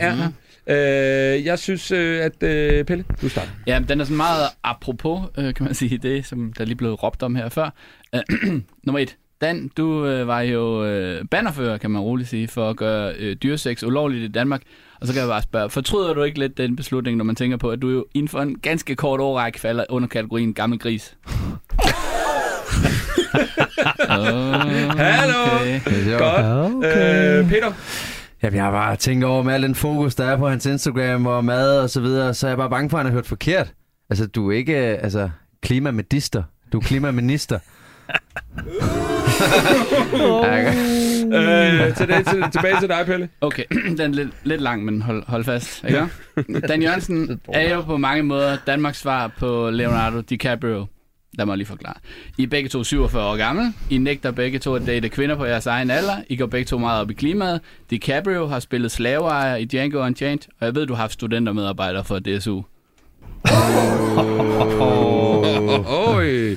Speaker 1: Ja. Øh, jeg synes, øh, at øh, Pelle, du starter.
Speaker 3: Ja, men den er sådan meget apropos, øh, kan man <laughs> sige, det, som der lige blev råbt om her før. <clears throat> Øh, nummer et. Dan, du øh, var jo øh, bannerfører, kan man roligt sige, for at gøre øh, dyresex ulovligt i Danmark. Og så kan jeg bare spørge, fortryder du ikke lidt den beslutning, når man tænker på, at du jo inden for en ganske kort årrække falder under kategorien gammel gris? <laughs>
Speaker 1: Hallo!
Speaker 5: Det er sjovt.
Speaker 1: Godt.
Speaker 5: Okay.
Speaker 1: Øh, Peter?
Speaker 5: Jamen, jeg har bare tænkt over med al den fokus, der er på hans Instagram og mad og så videre, så er jeg bare bange for, at han har hørt forkert. Altså, du er ikke øh, altså, klimamedister. Du er klimaminister.
Speaker 1: øh, til det, til, tilbage til dig, Pelle.
Speaker 3: Okay, <clears throat> den er lidt, lidt lang, men hold, hold fast. Ikke? Dan Jørgensen er jo på mange måder Danmarks svar på Leonardo DiCaprio. Lad mig lige forklare. I er begge to 47 år gamle. I nægter begge to at date kvinder på jeres egen alder. I går begge to meget op i klimaet. DiCaprio har spillet slaveejer i Django Unchained. Og jeg ved, du har haft studentermedarbejdere for DSU.
Speaker 1: Oj.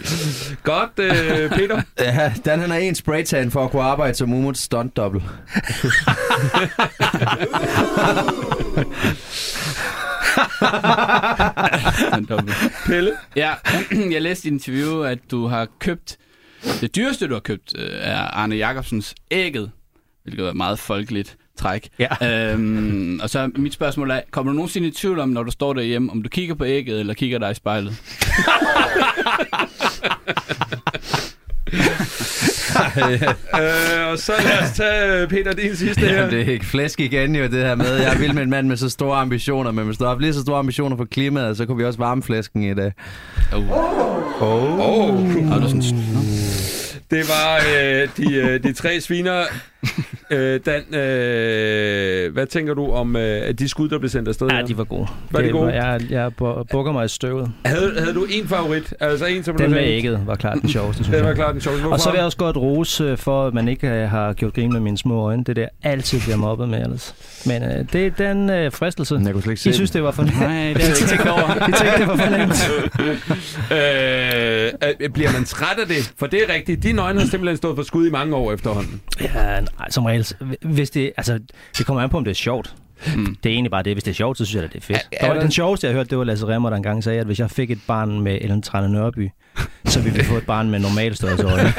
Speaker 1: Godt, øh, Peter.
Speaker 5: Ja, Dan han har en spraytan for at kunne arbejde som Umuts stuntdobbel.
Speaker 3: Den dobbelt.
Speaker 1: Pelle?
Speaker 3: Ja, <clears throat> jeg læste i et interview, at du har købt... Det dyreste, du har købt, øh, er Arne Jacobsens ægget, hvilket er et meget folkeligt træk. Ja. Øhm, og så mit spørgsmål er, kommer du nogensinde i tvivl om, når du står derhjemme, om du kigger på ægget eller kigger dig i spejlet?
Speaker 1: øh, og så lad os tage øh, Peter din sidste her.
Speaker 5: Jamen, det er ikke flæsk igen jo, det her med. Jeg vil med en mand med så store ambitioner, men hvis du har haft lige så store ambitioner for klimaet, så kunne vi også varme flæsken i dag.
Speaker 3: Oh.
Speaker 5: Oh.
Speaker 1: Oh.
Speaker 3: Har du sådan...
Speaker 1: Det var øh, de, øh, de tre sviner. Øh, Dan, øh, hvad tænker du om øh, de skud, der blev sendt afsted?
Speaker 4: Ja,
Speaker 1: her?
Speaker 4: de var gode.
Speaker 1: Var de gode?
Speaker 4: Jeg, jeg bu- bukker mig i støvet.
Speaker 1: Havde, havde du en favorit? Altså en, som blev
Speaker 4: Den med
Speaker 1: sendt?
Speaker 4: ægget var klart den sjoveste, synes
Speaker 1: Den var
Speaker 4: jeg.
Speaker 1: klart den sjoveste.
Speaker 4: Og så vil
Speaker 1: <laughs>
Speaker 4: jeg
Speaker 1: Hvorfor?
Speaker 4: også godt rose øh, for, at man ikke øh, har gjort grin med mine små øjne. Det der altid bliver mobbet med ellers. Men øh, det er den øh, fristelse.
Speaker 5: Jeg kunne slet ikke se
Speaker 4: I synes, det var for <laughs> nemt.
Speaker 3: Nej, det har jeg <laughs> ikke tænkt over.
Speaker 4: I tænkte, det var for nemt.
Speaker 1: øh, øh, bliver man træt af det? For det er rigtigt. Dine øjne har simpelthen stået for skud i mange år efterhånden.
Speaker 4: Ja, nej, som regel. Hvis det, altså, det kommer an på, om det er sjovt. Mm. Det er egentlig bare det. Hvis det er sjovt, så synes jeg, at det er fedt. Er, er den sjoveste, jeg hørte, det var Lasse Remmer, der engang sagde, at hvis jeg fik et barn med Ellen Trane Nørby, så ville vi få et barn med normal størrelse <laughs> øjne.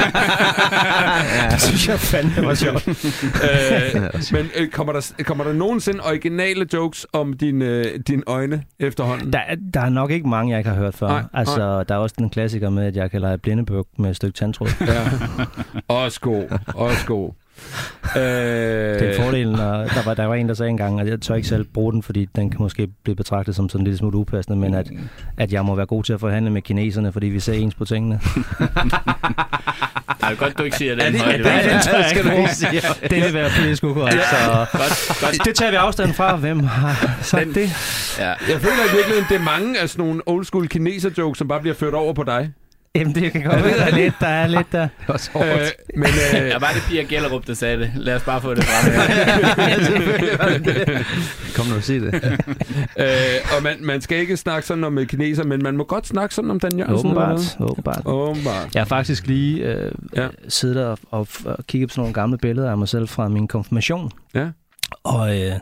Speaker 4: det synes jeg fandme var sjovt.
Speaker 1: øh, men øh, kommer, der, kommer der nogensinde originale jokes om dine øh, din øjne efterhånden?
Speaker 4: Der, er- der er nok ikke mange, jeg ikke har hørt før.
Speaker 1: Nej,
Speaker 4: altså, der er også den klassiker med, at jeg kan lege blindebøk med et stykke tandtråd.
Speaker 1: Ja. Også god. Også god. Øh,
Speaker 4: Det er en fordel, når der var, der var en, der sagde engang, at jeg tør ikke selv bruge den, fordi den kan måske blive betragtet som sådan en lille smule upassende, men at, at jeg må være god til at forhandle med kineserne, fordi vi ser ens på tingene.
Speaker 3: Ej, godt, du ikke siger den
Speaker 4: Er det-
Speaker 3: højt.
Speaker 4: er <laughs> det-
Speaker 3: hva'?
Speaker 4: den tør jeg ikke
Speaker 3: <laughs>
Speaker 4: bruge. Det vil være politisk ukorrekt, så-
Speaker 3: Altså, Godt, <laughs> godt.
Speaker 4: Det tager vi afstand fra. Hvem har sagt det?
Speaker 3: Ja.
Speaker 1: Jeg føler i virkeligheden, det er mange af sådan nogle old school kineser jokes, som bare bliver ført over på dig.
Speaker 4: Jamen, det kan godt være, der er lidt der. Er lidt der.
Speaker 1: Øh, men,
Speaker 4: <laughs>
Speaker 1: øh,
Speaker 3: Der var det Pia Gellerup, der sagde det. Lad os bare få det frem.
Speaker 5: Kom nu og sig det.
Speaker 1: <laughs> øh, og man, man skal ikke snakke sådan om øh, kineser, men man må godt snakke sådan om Dan Jørgensen.
Speaker 4: Åbenbart, åbenbart.
Speaker 1: Åbenbart.
Speaker 4: Jeg har faktisk lige øh,
Speaker 1: ja.
Speaker 4: siddet og, og, og kigget på sådan nogle gamle billeder af mig selv fra min konfirmation.
Speaker 1: Ja.
Speaker 4: Og øh,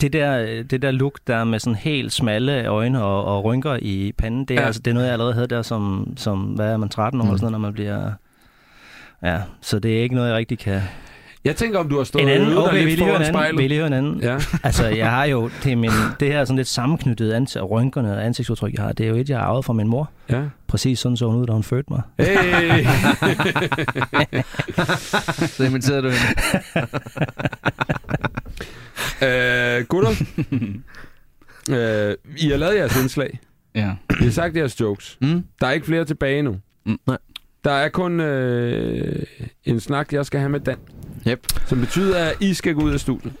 Speaker 4: det, der, øh, det der look, der er med sådan helt smalle øjne og, og rynker i panden, det
Speaker 1: Ja.
Speaker 4: er, ja. altså, det er noget, jeg allerede havde der som, som hvad er man, 13 år mm. eller sådan noget, når man bliver... Ja, så det er ikke noget, jeg rigtig kan...
Speaker 1: Jeg tænker, om du har stået
Speaker 4: En anden,
Speaker 1: ude
Speaker 4: okay,
Speaker 1: der
Speaker 4: vi
Speaker 1: lidt
Speaker 4: lige hører
Speaker 1: foran
Speaker 4: en anden.
Speaker 1: spejlet.
Speaker 4: Vi lige hører en anden.
Speaker 1: Ja.
Speaker 4: Altså, jeg har jo det, er min, det her sådan lidt sammenknyttede ansigt, og rynkerne og ansigtsudtryk, jeg har, det er jo et, jeg har arvet fra min mor.
Speaker 1: Ja.
Speaker 4: Præcis sådan så hun ud, da hun fødte mig.
Speaker 1: Hey!
Speaker 5: <laughs> Så inviterede du hende.
Speaker 1: øh, gutter, øh, I har lavet jeres indslag.
Speaker 3: Ja.
Speaker 1: I har sagt jeres jokes.
Speaker 5: Mm.
Speaker 1: Der er ikke flere tilbage nu.
Speaker 3: Mm,
Speaker 5: nej.
Speaker 1: Der er kun øh, en snak, jeg skal have med Dan.
Speaker 5: Yep.
Speaker 1: Som betyder, at I skal gå ud af studiet.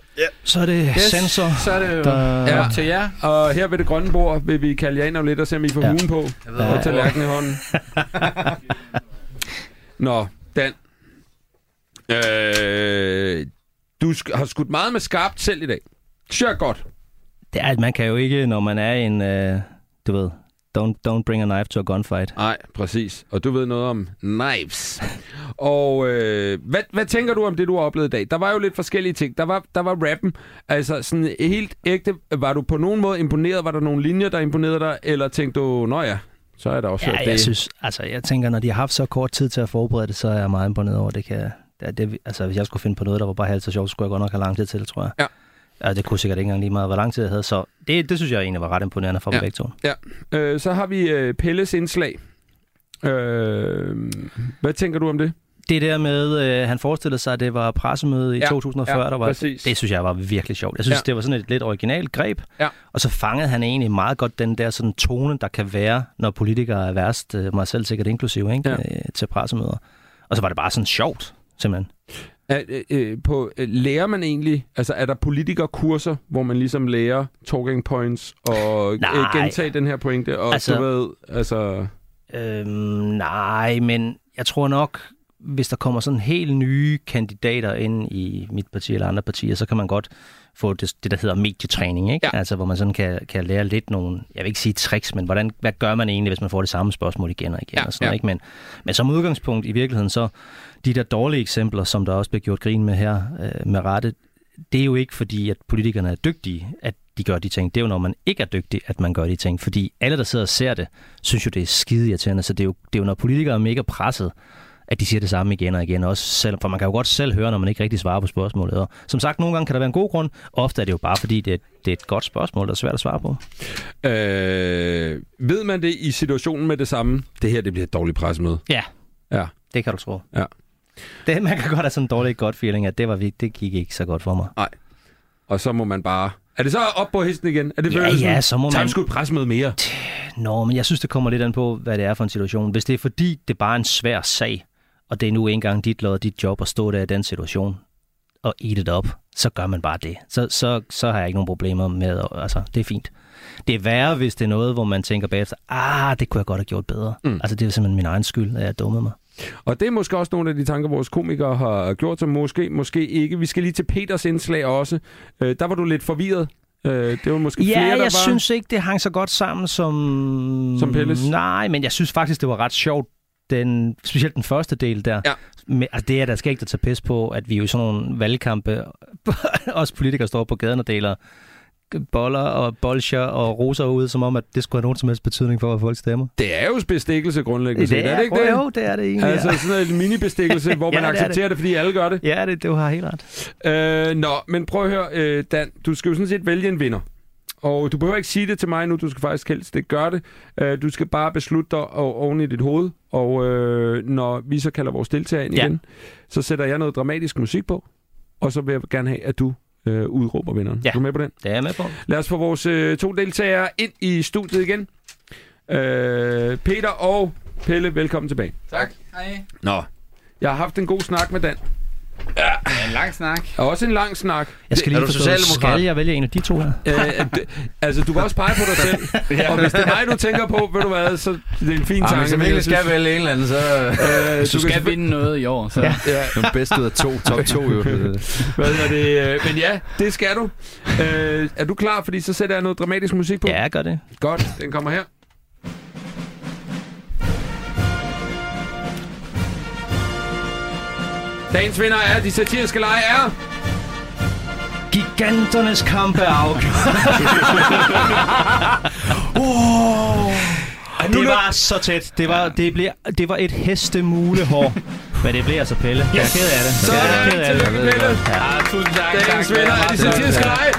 Speaker 4: Så er det yes. sensor,
Speaker 3: Så er det jo
Speaker 4: der...
Speaker 1: Ja.
Speaker 3: op til jer.
Speaker 1: Og her ved det grønne bord vil vi kalde jer ind om lidt og se, om I får ja.
Speaker 4: Ja.
Speaker 1: hugen på.
Speaker 4: Ja.
Speaker 1: Og tallerkenen i hånden. Nå, Dan. Øh, du sk- har skudt meget med skarpt selv i dag. Sure, godt.
Speaker 4: Det er, at man kan jo ikke, når man er en, øh, du ved, don't, don't bring a knife to a gunfight.
Speaker 1: Nej, præcis. Og du ved noget om knives. Og øh, hvad, hvad tænker du om det, du har oplevet i dag? Der var jo lidt forskellige ting. Der var, der var rappen. Altså sådan helt ægte. Var du på nogen måde imponeret? Var der nogle linjer, der imponerede dig? Eller tænkte du, nå ja, så er der også hørt
Speaker 4: Ja, jeg
Speaker 1: det.
Speaker 4: synes, altså jeg tænker, når de har haft så kort tid til at forberede det, så er jeg meget imponeret over, det kan... Det, er det, altså hvis jeg skulle finde på noget, der var bare halvt så sjovt, så skulle jeg godt nok have lang tid til, tror jeg.
Speaker 1: Ja.
Speaker 4: Altså, det kunne sikkert ikke engang lige meget, hvor lang tid jeg havde, så det, det synes jeg egentlig var ret imponerende for
Speaker 1: Ja.
Speaker 4: ja. begge to.
Speaker 1: Ja, øh, så har vi øh, Pelles indslag. Øh, hvad tænker du om det?
Speaker 4: Det der med, øh, han forestillede sig, at det var pressemøde i
Speaker 1: Ja,
Speaker 4: 2040,
Speaker 1: ja,
Speaker 4: der var,
Speaker 1: præcis.
Speaker 4: det synes jeg var virkelig sjovt. Jeg synes,
Speaker 1: Ja.
Speaker 4: ja. det var sådan et lidt originalt greb,
Speaker 1: Ja.
Speaker 4: og så fangede han egentlig meget godt den der sådan tone, der kan være, når politikere er værst, øh, mig selv sikkert inklusiv, ikke?
Speaker 1: Ja.
Speaker 4: Ja. Øh, til pressemøder. Og så var det bare sådan sjovt, simpelthen.
Speaker 1: Er, øh, øh, på, øh, lærer man egentlig, altså er der politikerkurser, hvor man ligesom lærer talking points og øh,
Speaker 4: Nej.
Speaker 1: gentage den her pointe? Og altså,
Speaker 4: Altså-
Speaker 1: du ved, altså...
Speaker 4: Øhm, nej, men jeg tror nok, hvis der kommer sådan helt nye kandidater ind i mit parti eller andre partier, så kan man godt få det, det der hedder medietræning, ikke?
Speaker 1: Ja.
Speaker 4: Altså, hvor man sådan kan, kan lære lidt nogle, jeg vil ikke sige tricks, men hvordan, hvad gør man egentlig, hvis man får det samme spørgsmål igen og igen
Speaker 1: Ja,
Speaker 4: og sådan
Speaker 1: ja.
Speaker 4: noget, ikke? Men, men som udgangspunkt i virkeligheden, så de der dårlige eksempler, som der også bliver gjort grin med her øh, med rette, det er jo ikke fordi, at politikerne er dygtige, at de gør de ting. Det er jo, når man ikke er dygtig, at man gør de ting. Fordi alle, der sidder og ser det, synes jo, det er skide irriterende. Så det er jo, det er jo når politikere er mega presset, at de siger det samme igen og igen. Også selv, for man kan jo godt selv høre, når man ikke rigtig svarer på spørgsmålet. Og som sagt, nogle gange kan der være en god grund. Ofte er det jo bare, fordi det, det er et godt spørgsmål, der er svært at svare på.
Speaker 1: Øh, ved man det i situationen med det samme? Det her, det bliver et dårligt pressemøde.
Speaker 4: Ja,
Speaker 1: Ja.
Speaker 4: det kan du tro.
Speaker 1: Ja.
Speaker 4: Det, man kan godt have sådan en dårlig godt feeling, at det, var, vi- det gik ikke så godt for mig.
Speaker 1: Og så må man bare... Er det så op på hesten igen? Er det
Speaker 4: Ja,
Speaker 1: følelsen?
Speaker 4: ja, så må
Speaker 1: Tag
Speaker 4: man-
Speaker 1: sgu et pressemøde mere.
Speaker 4: Nå, men jeg synes, det kommer lidt an på, hvad det er for en situation. Hvis det er fordi, det bare er en svær sag, og det er nu engang dit lod og dit job at stå der i den situation og eat it up, så gør man bare det. Så, så, så har jeg ikke nogen problemer med, og- altså, det er fint. Det er værre, hvis det er noget, hvor man tænker bagefter, ah, det kunne jeg godt have gjort bedre. Mm. Altså, det er simpelthen min egen skyld, at jeg dummede mig.
Speaker 1: Og det er måske også nogle af de tanker, vores komikere har gjort, som måske, måske ikke. Vi skal lige til Peters indslag også. Øh, der var du lidt forvirret. Øh, det var måske
Speaker 4: Ja,
Speaker 1: flere, der
Speaker 4: jeg
Speaker 1: var.
Speaker 4: synes ikke, det hang så godt sammen som...
Speaker 1: Som Pelles?
Speaker 4: Nej, men jeg synes faktisk, det var ret sjovt, den, specielt den første del der.
Speaker 1: Ja.
Speaker 4: Men, altså, det er da skal ikke at tage pis på, at vi jo i sådan nogle valgkampe, <laughs> os politikere står på gaden og deler boller og bolcher og roser ud, som om, at det skulle have nogen som helst betydning for, hvad folk stemmer.
Speaker 1: Det er jo bestikkelse grundlæggende
Speaker 4: Det
Speaker 1: set, er
Speaker 4: er-
Speaker 1: det ikke det?
Speaker 4: jo, det er det egentlig,
Speaker 1: Altså
Speaker 4: ja.
Speaker 1: sådan en
Speaker 4: <laughs>
Speaker 1: mini-bestikkelse, hvor
Speaker 4: Ja,
Speaker 1: man
Speaker 4: det er det.
Speaker 1: accepterer det. fordi alle gør det.
Speaker 4: Ja, det, du har helt ret.
Speaker 1: Øh, nå, men prøv at høre, øh, Dan, du skal jo sådan set vælge en vinder. Og du behøver ikke sige det til mig nu, du skal faktisk helst ikke gøre det. Øh, du skal bare beslutte dig o- oven i dit hoved, og øh, når vi så kalder vores deltager ind
Speaker 3: Ja.
Speaker 1: ja. igen, så sætter jeg noget dramatisk musik på, og så vil jeg gerne have, at du øh, udråber vinderen. Ja. Er du med på den?
Speaker 4: Det er jeg med på.
Speaker 1: Lad os få vores øh, to deltagere ind i studiet igen. Øh, Peter og Pelle, velkommen tilbage.
Speaker 3: Tak. Hej.
Speaker 1: Nå. Jeg har haft en god snak med Dan.
Speaker 3: Ja, en lang snak.
Speaker 1: Og også en lang snak.
Speaker 4: Jeg skal lige forstå, skal jeg vælge en af de to her?
Speaker 1: Øh, at det- altså, du kan også pege på dig selv.
Speaker 4: Ja.
Speaker 1: ja. Og hvis det er mig, du tænker på, ved du hvad, så det er en fin tanke.
Speaker 5: Ah, men hvis jeg
Speaker 1: men
Speaker 5: virkelig skal
Speaker 1: synes-
Speaker 5: vælge en eller anden, så...
Speaker 1: Øh,
Speaker 3: Hvis du skal
Speaker 1: selvfølgelig-
Speaker 3: vinde noget i år, så...
Speaker 1: Ja.
Speaker 5: Den bedste ud af to, top to <laughs> jo. Øh,
Speaker 1: Hvad er det? øh, Men ja, det skal du. Øh, er du klar? Fordi så sætter jeg noget dramatisk musik på.
Speaker 4: Ja, gør det.
Speaker 1: Godt, den kommer her. Dagens vinder er, de satiriske lege er...
Speaker 4: Giganternes kampe er <laughs> oh, det var så tæt. Det var, det blev, det var et hestemulehår. Men det blev altså Pelle. Yes. Jeg er ked af det.
Speaker 1: Sådan,
Speaker 4: jeg er ked af
Speaker 1: tillykke,
Speaker 4: det.
Speaker 1: Pelle.
Speaker 3: Ja, tusind tak.
Speaker 1: Dagens vinder er, de satiriske lege.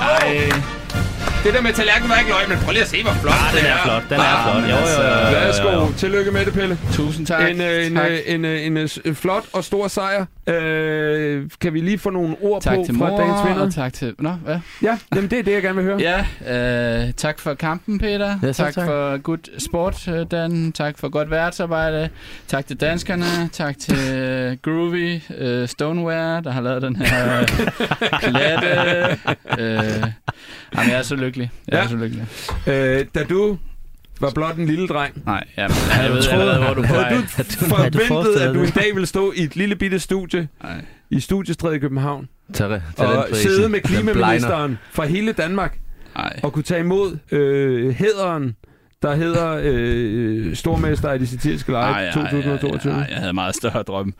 Speaker 3: Ej,
Speaker 1: Det der med tallerkenen var ikke løgn, men prøv lige at se, hvor
Speaker 3: Ah,
Speaker 1: flot ja,
Speaker 4: Den er flot, den er flot. Jo, jo, jo, jo, jo, jo, jo.
Speaker 1: altså, Værsgo. Tillykke med det, Pelle.
Speaker 3: tusind tak.
Speaker 1: En, øh, en,
Speaker 3: tak.
Speaker 1: øh, en, øh, en, øh, s- øh, flot og stor sejr. Øh, kan vi lige få nogle ord
Speaker 3: tak
Speaker 1: på
Speaker 3: til
Speaker 1: fra dagens
Speaker 3: mor, og
Speaker 1: vinder?
Speaker 3: tak til... Nå, hvad?
Speaker 1: Ja, jamen det er det, jeg gerne vil høre.
Speaker 3: Ja, øh, tak for kampen, Peter.
Speaker 5: Ja, selv
Speaker 3: tak,
Speaker 5: tak.
Speaker 3: for god sport, øh, Dan. Tak for godt værtsarbejde. Tak til danskerne. Tak til øh, Groovy øh, Stoneware, der har lavet den her øh, platte. Øh, jamen, jeg er så lykkelig. Jeg
Speaker 1: Ja.
Speaker 3: er så lykkelig.
Speaker 1: Øh, da du var blot en lille dreng,
Speaker 3: Nej, jamen, jeg ved allerede, <laughs> hvor du er på vej.
Speaker 1: havde du forventet,
Speaker 4: forestillet
Speaker 1: at du en
Speaker 4: dig
Speaker 1: dag ville stå i et lille bitte studie
Speaker 3: Nej.
Speaker 1: i studiestrædet i København
Speaker 5: Tag, tag
Speaker 1: og sidde med
Speaker 5: klimaminister.
Speaker 1: klimaministeren fra hele Danmark
Speaker 3: Nej.
Speaker 1: og kunne tage imod øh, hederen, der hedder øh, Stormester i de satiriske
Speaker 3: Ej,
Speaker 1: lege
Speaker 3: ej,
Speaker 1: 2022.
Speaker 3: ej, ej, jeg havde meget større drømme.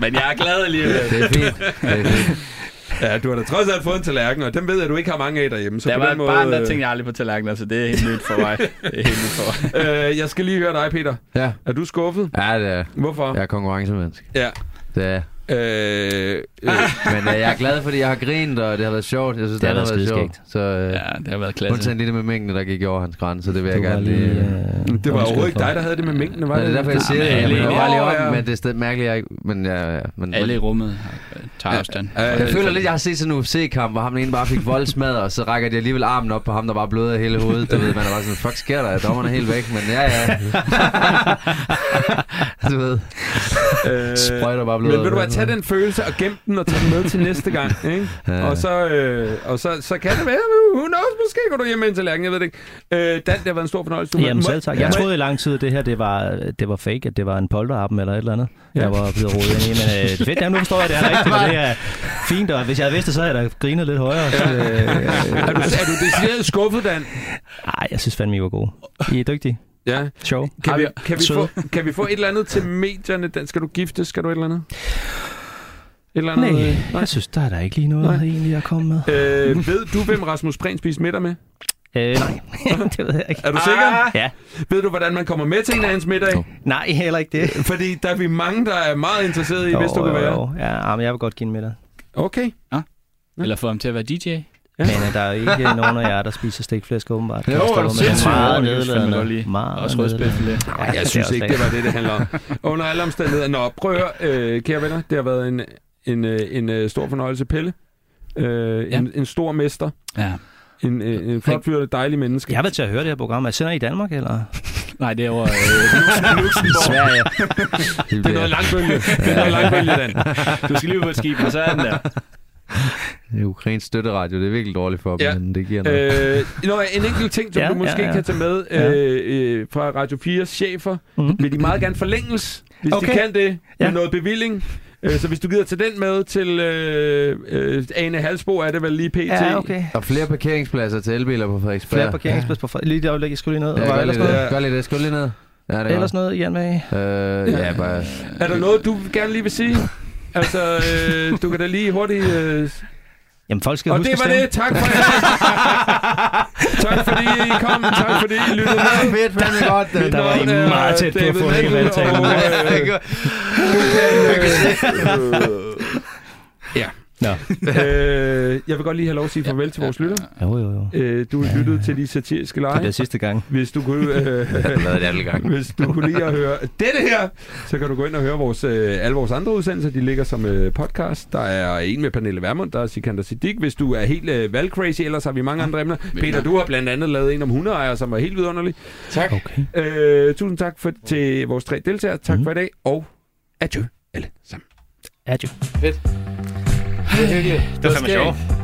Speaker 3: Men jeg er glad alligevel.
Speaker 5: Det er <laughs> fint. Det er fint.
Speaker 1: Ja, du har da trods alt fået en tallerken, og den ved jeg, at du ikke har mange af derhjemme. Så
Speaker 3: Der
Speaker 1: på
Speaker 3: var
Speaker 1: den
Speaker 3: et
Speaker 1: måde,
Speaker 3: barn, der
Speaker 1: øh,
Speaker 3: tænkte jeg aldrig på tallerkener, så det er helt nyt for <laughs> mig. Det er helt nyt for mig.
Speaker 1: øh, jeg skal lige høre dig, Peter.
Speaker 5: Ja.
Speaker 1: Er du skuffet?
Speaker 5: Ja, det er.
Speaker 1: Hvorfor?
Speaker 5: Jeg er konkurrencemenneske.
Speaker 1: Ja.
Speaker 5: Det er.
Speaker 1: Øh, øh,
Speaker 5: Men øh, jeg er glad, fordi jeg har grint, og det har været sjovt. Jeg synes, det,
Speaker 4: har
Speaker 5: det har
Speaker 4: været
Speaker 5: været sjovt.
Speaker 4: skideskægt.
Speaker 5: Så øh, ja,
Speaker 3: Ja, det har været
Speaker 5: undtagen
Speaker 3: klasse.
Speaker 5: lige det med mængden, der gik over hans grænse. Det vil jeg
Speaker 4: Du var
Speaker 5: gerne lige...
Speaker 4: lige,
Speaker 5: øh,
Speaker 4: øh,
Speaker 1: det var overhovedet ikke
Speaker 4: for.
Speaker 1: dig, der havde det med mængden, var
Speaker 5: Nej,
Speaker 1: det?
Speaker 5: det er derfor, jeg siger
Speaker 3: men
Speaker 5: det. Jeg
Speaker 3: alle-
Speaker 5: minder bare lige
Speaker 1: Nå, ja.
Speaker 5: om, men det er stadig mærkeligt, jeg ikke... Men, ja, ja, men,
Speaker 3: Alle i rummet har- tager afstand.
Speaker 1: ja,
Speaker 5: Jeg føler lidt, jeg har set sådan en UFC-kamp, hvor ham den ene bare fik voldsmad, og så rækker de alligevel armen op på ham, der bare bløder af hele hovedet. Du ved, man er bare sådan, fuck sker der? Dommeren er helt væk, men ja, <laughs> ja. du ved,
Speaker 1: Øh,
Speaker 5: sprøjter bare blod.
Speaker 1: Men ved du hvad, tag den følelse og gem den og tag den med til næste
Speaker 4: <laughs>
Speaker 1: gang, ikke?
Speaker 5: Ja.
Speaker 1: Og, så, øh, og så, så kan det være, uh, who knows, måske går du hjem med en tallerken, jeg ved det ikke. Øh, Dan, det har været en stor fornøjelse. Du må-
Speaker 4: Jamen
Speaker 1: må-
Speaker 4: selv tak.
Speaker 1: må-
Speaker 4: Jeg troede i lang tid, at det her det var, det var fake, at det var en polterappen eller et eller andet.
Speaker 1: Ja.
Speaker 4: Ja. Jeg var blevet rodet ind i, men øh, fedt, jamen, nu forstår jeg, det er rigtigt, og det er fint, og hvis jeg havde vidst det, så havde jeg da grinet lidt højere. <laughs> Så, øh,
Speaker 1: Er du, er du decideret skuffet, Dan?
Speaker 4: ej, jeg synes fandme, I var gode. I er dygtige.
Speaker 1: Ja.
Speaker 4: Sjov.
Speaker 1: Kan vi, kan, vi
Speaker 4: Søde.
Speaker 1: få, kan vi få et eller andet til medierne? Den, skal du gifte? Skal du et eller andet? Et eller andet?
Speaker 4: Nej,
Speaker 1: øh,
Speaker 4: jeg synes, der er der ikke lige noget
Speaker 1: Nej.
Speaker 4: egentlig at komme med.
Speaker 1: Øh, ved du, hvem Rasmus Prehn spiser middag med?
Speaker 4: Øh, nej, <laughs> Ah! det ved jeg ikke.
Speaker 1: Er du sikker?
Speaker 4: Ja.
Speaker 1: Ved du, hvordan man kommer med til en af hans middag?
Speaker 4: Nej, heller ikke det.
Speaker 1: Fordi der er vi mange, der er meget interesserede i, hvis du kan være.
Speaker 4: jo. Ja, ah, men jeg vil godt give en middag.
Speaker 1: Okay.
Speaker 3: Eller få ham til at være DJ.
Speaker 1: Ja.
Speaker 4: Men øh, der er
Speaker 1: <laughs>
Speaker 4: ikke nogen af jer, der spiser stikflæsk, åbenbart.
Speaker 5: Jo,
Speaker 4: Kan jeg
Speaker 5: er
Speaker 4: forstå,
Speaker 5: du
Speaker 4: men
Speaker 5: sindssyg?
Speaker 4: Meget
Speaker 3: Det kan jeg fandme godt
Speaker 4: nedladende.
Speaker 3: lide.
Speaker 4: Meget
Speaker 3: Også rødspæffel.
Speaker 4: nedladende.
Speaker 1: Ej, jeg synes ikke, <laughs> det var det, det handler om. <laughs> Under alle omstændigheder. Nå, prøv at høre, øh, kære venner. Det har været en, en, øh, en øh, stor fornøjelse. Pelle, øh, en, en stor mester.
Speaker 3: Ja.
Speaker 1: En, øh, en flot fyr og et dejlig menneske.
Speaker 4: Jeg vil til at høre det her program. Er sender I i Danmark, eller?
Speaker 3: Nej, det er over
Speaker 1: <laughs>
Speaker 3: øh,
Speaker 5: <laughs>
Speaker 3: Luxembourg.
Speaker 4: Sverige.
Speaker 5: Det
Speaker 1: Det er noget langbølge. Det er noget langbølge, <laughs> Dan.
Speaker 3: Du skal lige ud på et skib, og så er den der.
Speaker 5: Det er <laughs> ukrainsk støtteradio, det er virkelig dårligt for dem,
Speaker 1: Ja.
Speaker 5: ja. men det giver noget.
Speaker 1: Øh, nå, en enkelt ting, som ja,
Speaker 4: Ja,
Speaker 1: du måske
Speaker 4: ja,
Speaker 1: ja,
Speaker 4: ja.
Speaker 1: kan tage med
Speaker 4: Ja.
Speaker 1: øh, øh, fra Radio 4's chefer.
Speaker 4: Mhm.
Speaker 1: Vil de meget gerne forlænges, hvis okay. de
Speaker 4: Okay.
Speaker 1: kan det, med
Speaker 4: Ja.
Speaker 1: noget bevilling. Øh, så hvis du gider tage den med til øh, øh, Ane Halsbo, er det vel lige pt.
Speaker 4: Ja, okay.
Speaker 5: Og flere parkeringspladser til elbiler på Frederiksberg.
Speaker 4: Flere parkeringsplads på Fred- Lige det øjeblik, jeg skulle lige ned.
Speaker 5: Ja,
Speaker 4: Og
Speaker 5: gør
Speaker 4: ellers
Speaker 5: lige
Speaker 4: noget?
Speaker 5: det. Gør lige det. Skål lige ned. Ja, det er
Speaker 4: Ellers
Speaker 5: godt.
Speaker 4: noget, Jan med?
Speaker 5: Øh, ja, bare...
Speaker 1: Er der noget, du gerne lige vil sige? Altså, øh, du kan da lige hurtigt... Øh...
Speaker 4: Jamen, folk skal
Speaker 1: Og
Speaker 4: huske
Speaker 1: det
Speaker 4: at
Speaker 1: var
Speaker 4: stemme.
Speaker 1: det.
Speaker 4: <laughs>
Speaker 1: Tak for i dag. tak fordi I kom. Tak fordi I lyttede
Speaker 4: <laughs>
Speaker 1: med.
Speaker 5: Fedt, fandme godt.
Speaker 4: Der var I meget tæt på at få hele vandtalen.
Speaker 1: <laughs> Ja.
Speaker 4: Nå.
Speaker 1: øh, jeg vil godt lige have lov at sige farvel til vores lytter.
Speaker 4: Jo, jo, jo.
Speaker 1: Øh, du lyttede til de satiriske lege.
Speaker 4: Det bliver sidste gang.
Speaker 1: Hvis du kunne, øh,
Speaker 5: har været det alle gange.
Speaker 1: hvis du kunne lide at høre dette her, så kan du gå ind og høre vores, øh, alle vores andre udsendelser. De ligger som øh, podcast. Der er en med Pernille Vermund, der er Sikander Siddiq. Hvis du er helt øh, valgcrazy, ellers har vi mange andre emner. Peter, du har blandt andet lavet en om hundeejere, som var helt vidunderlig. Tak.
Speaker 4: Okay.
Speaker 1: Øh, tusind tak for, til vores tre deltagere. Tak mm. for i dag, og adieu alle sammen.
Speaker 4: Adjø.
Speaker 12: Fedt. Det er hyggeligt. Det var fandme sjovt.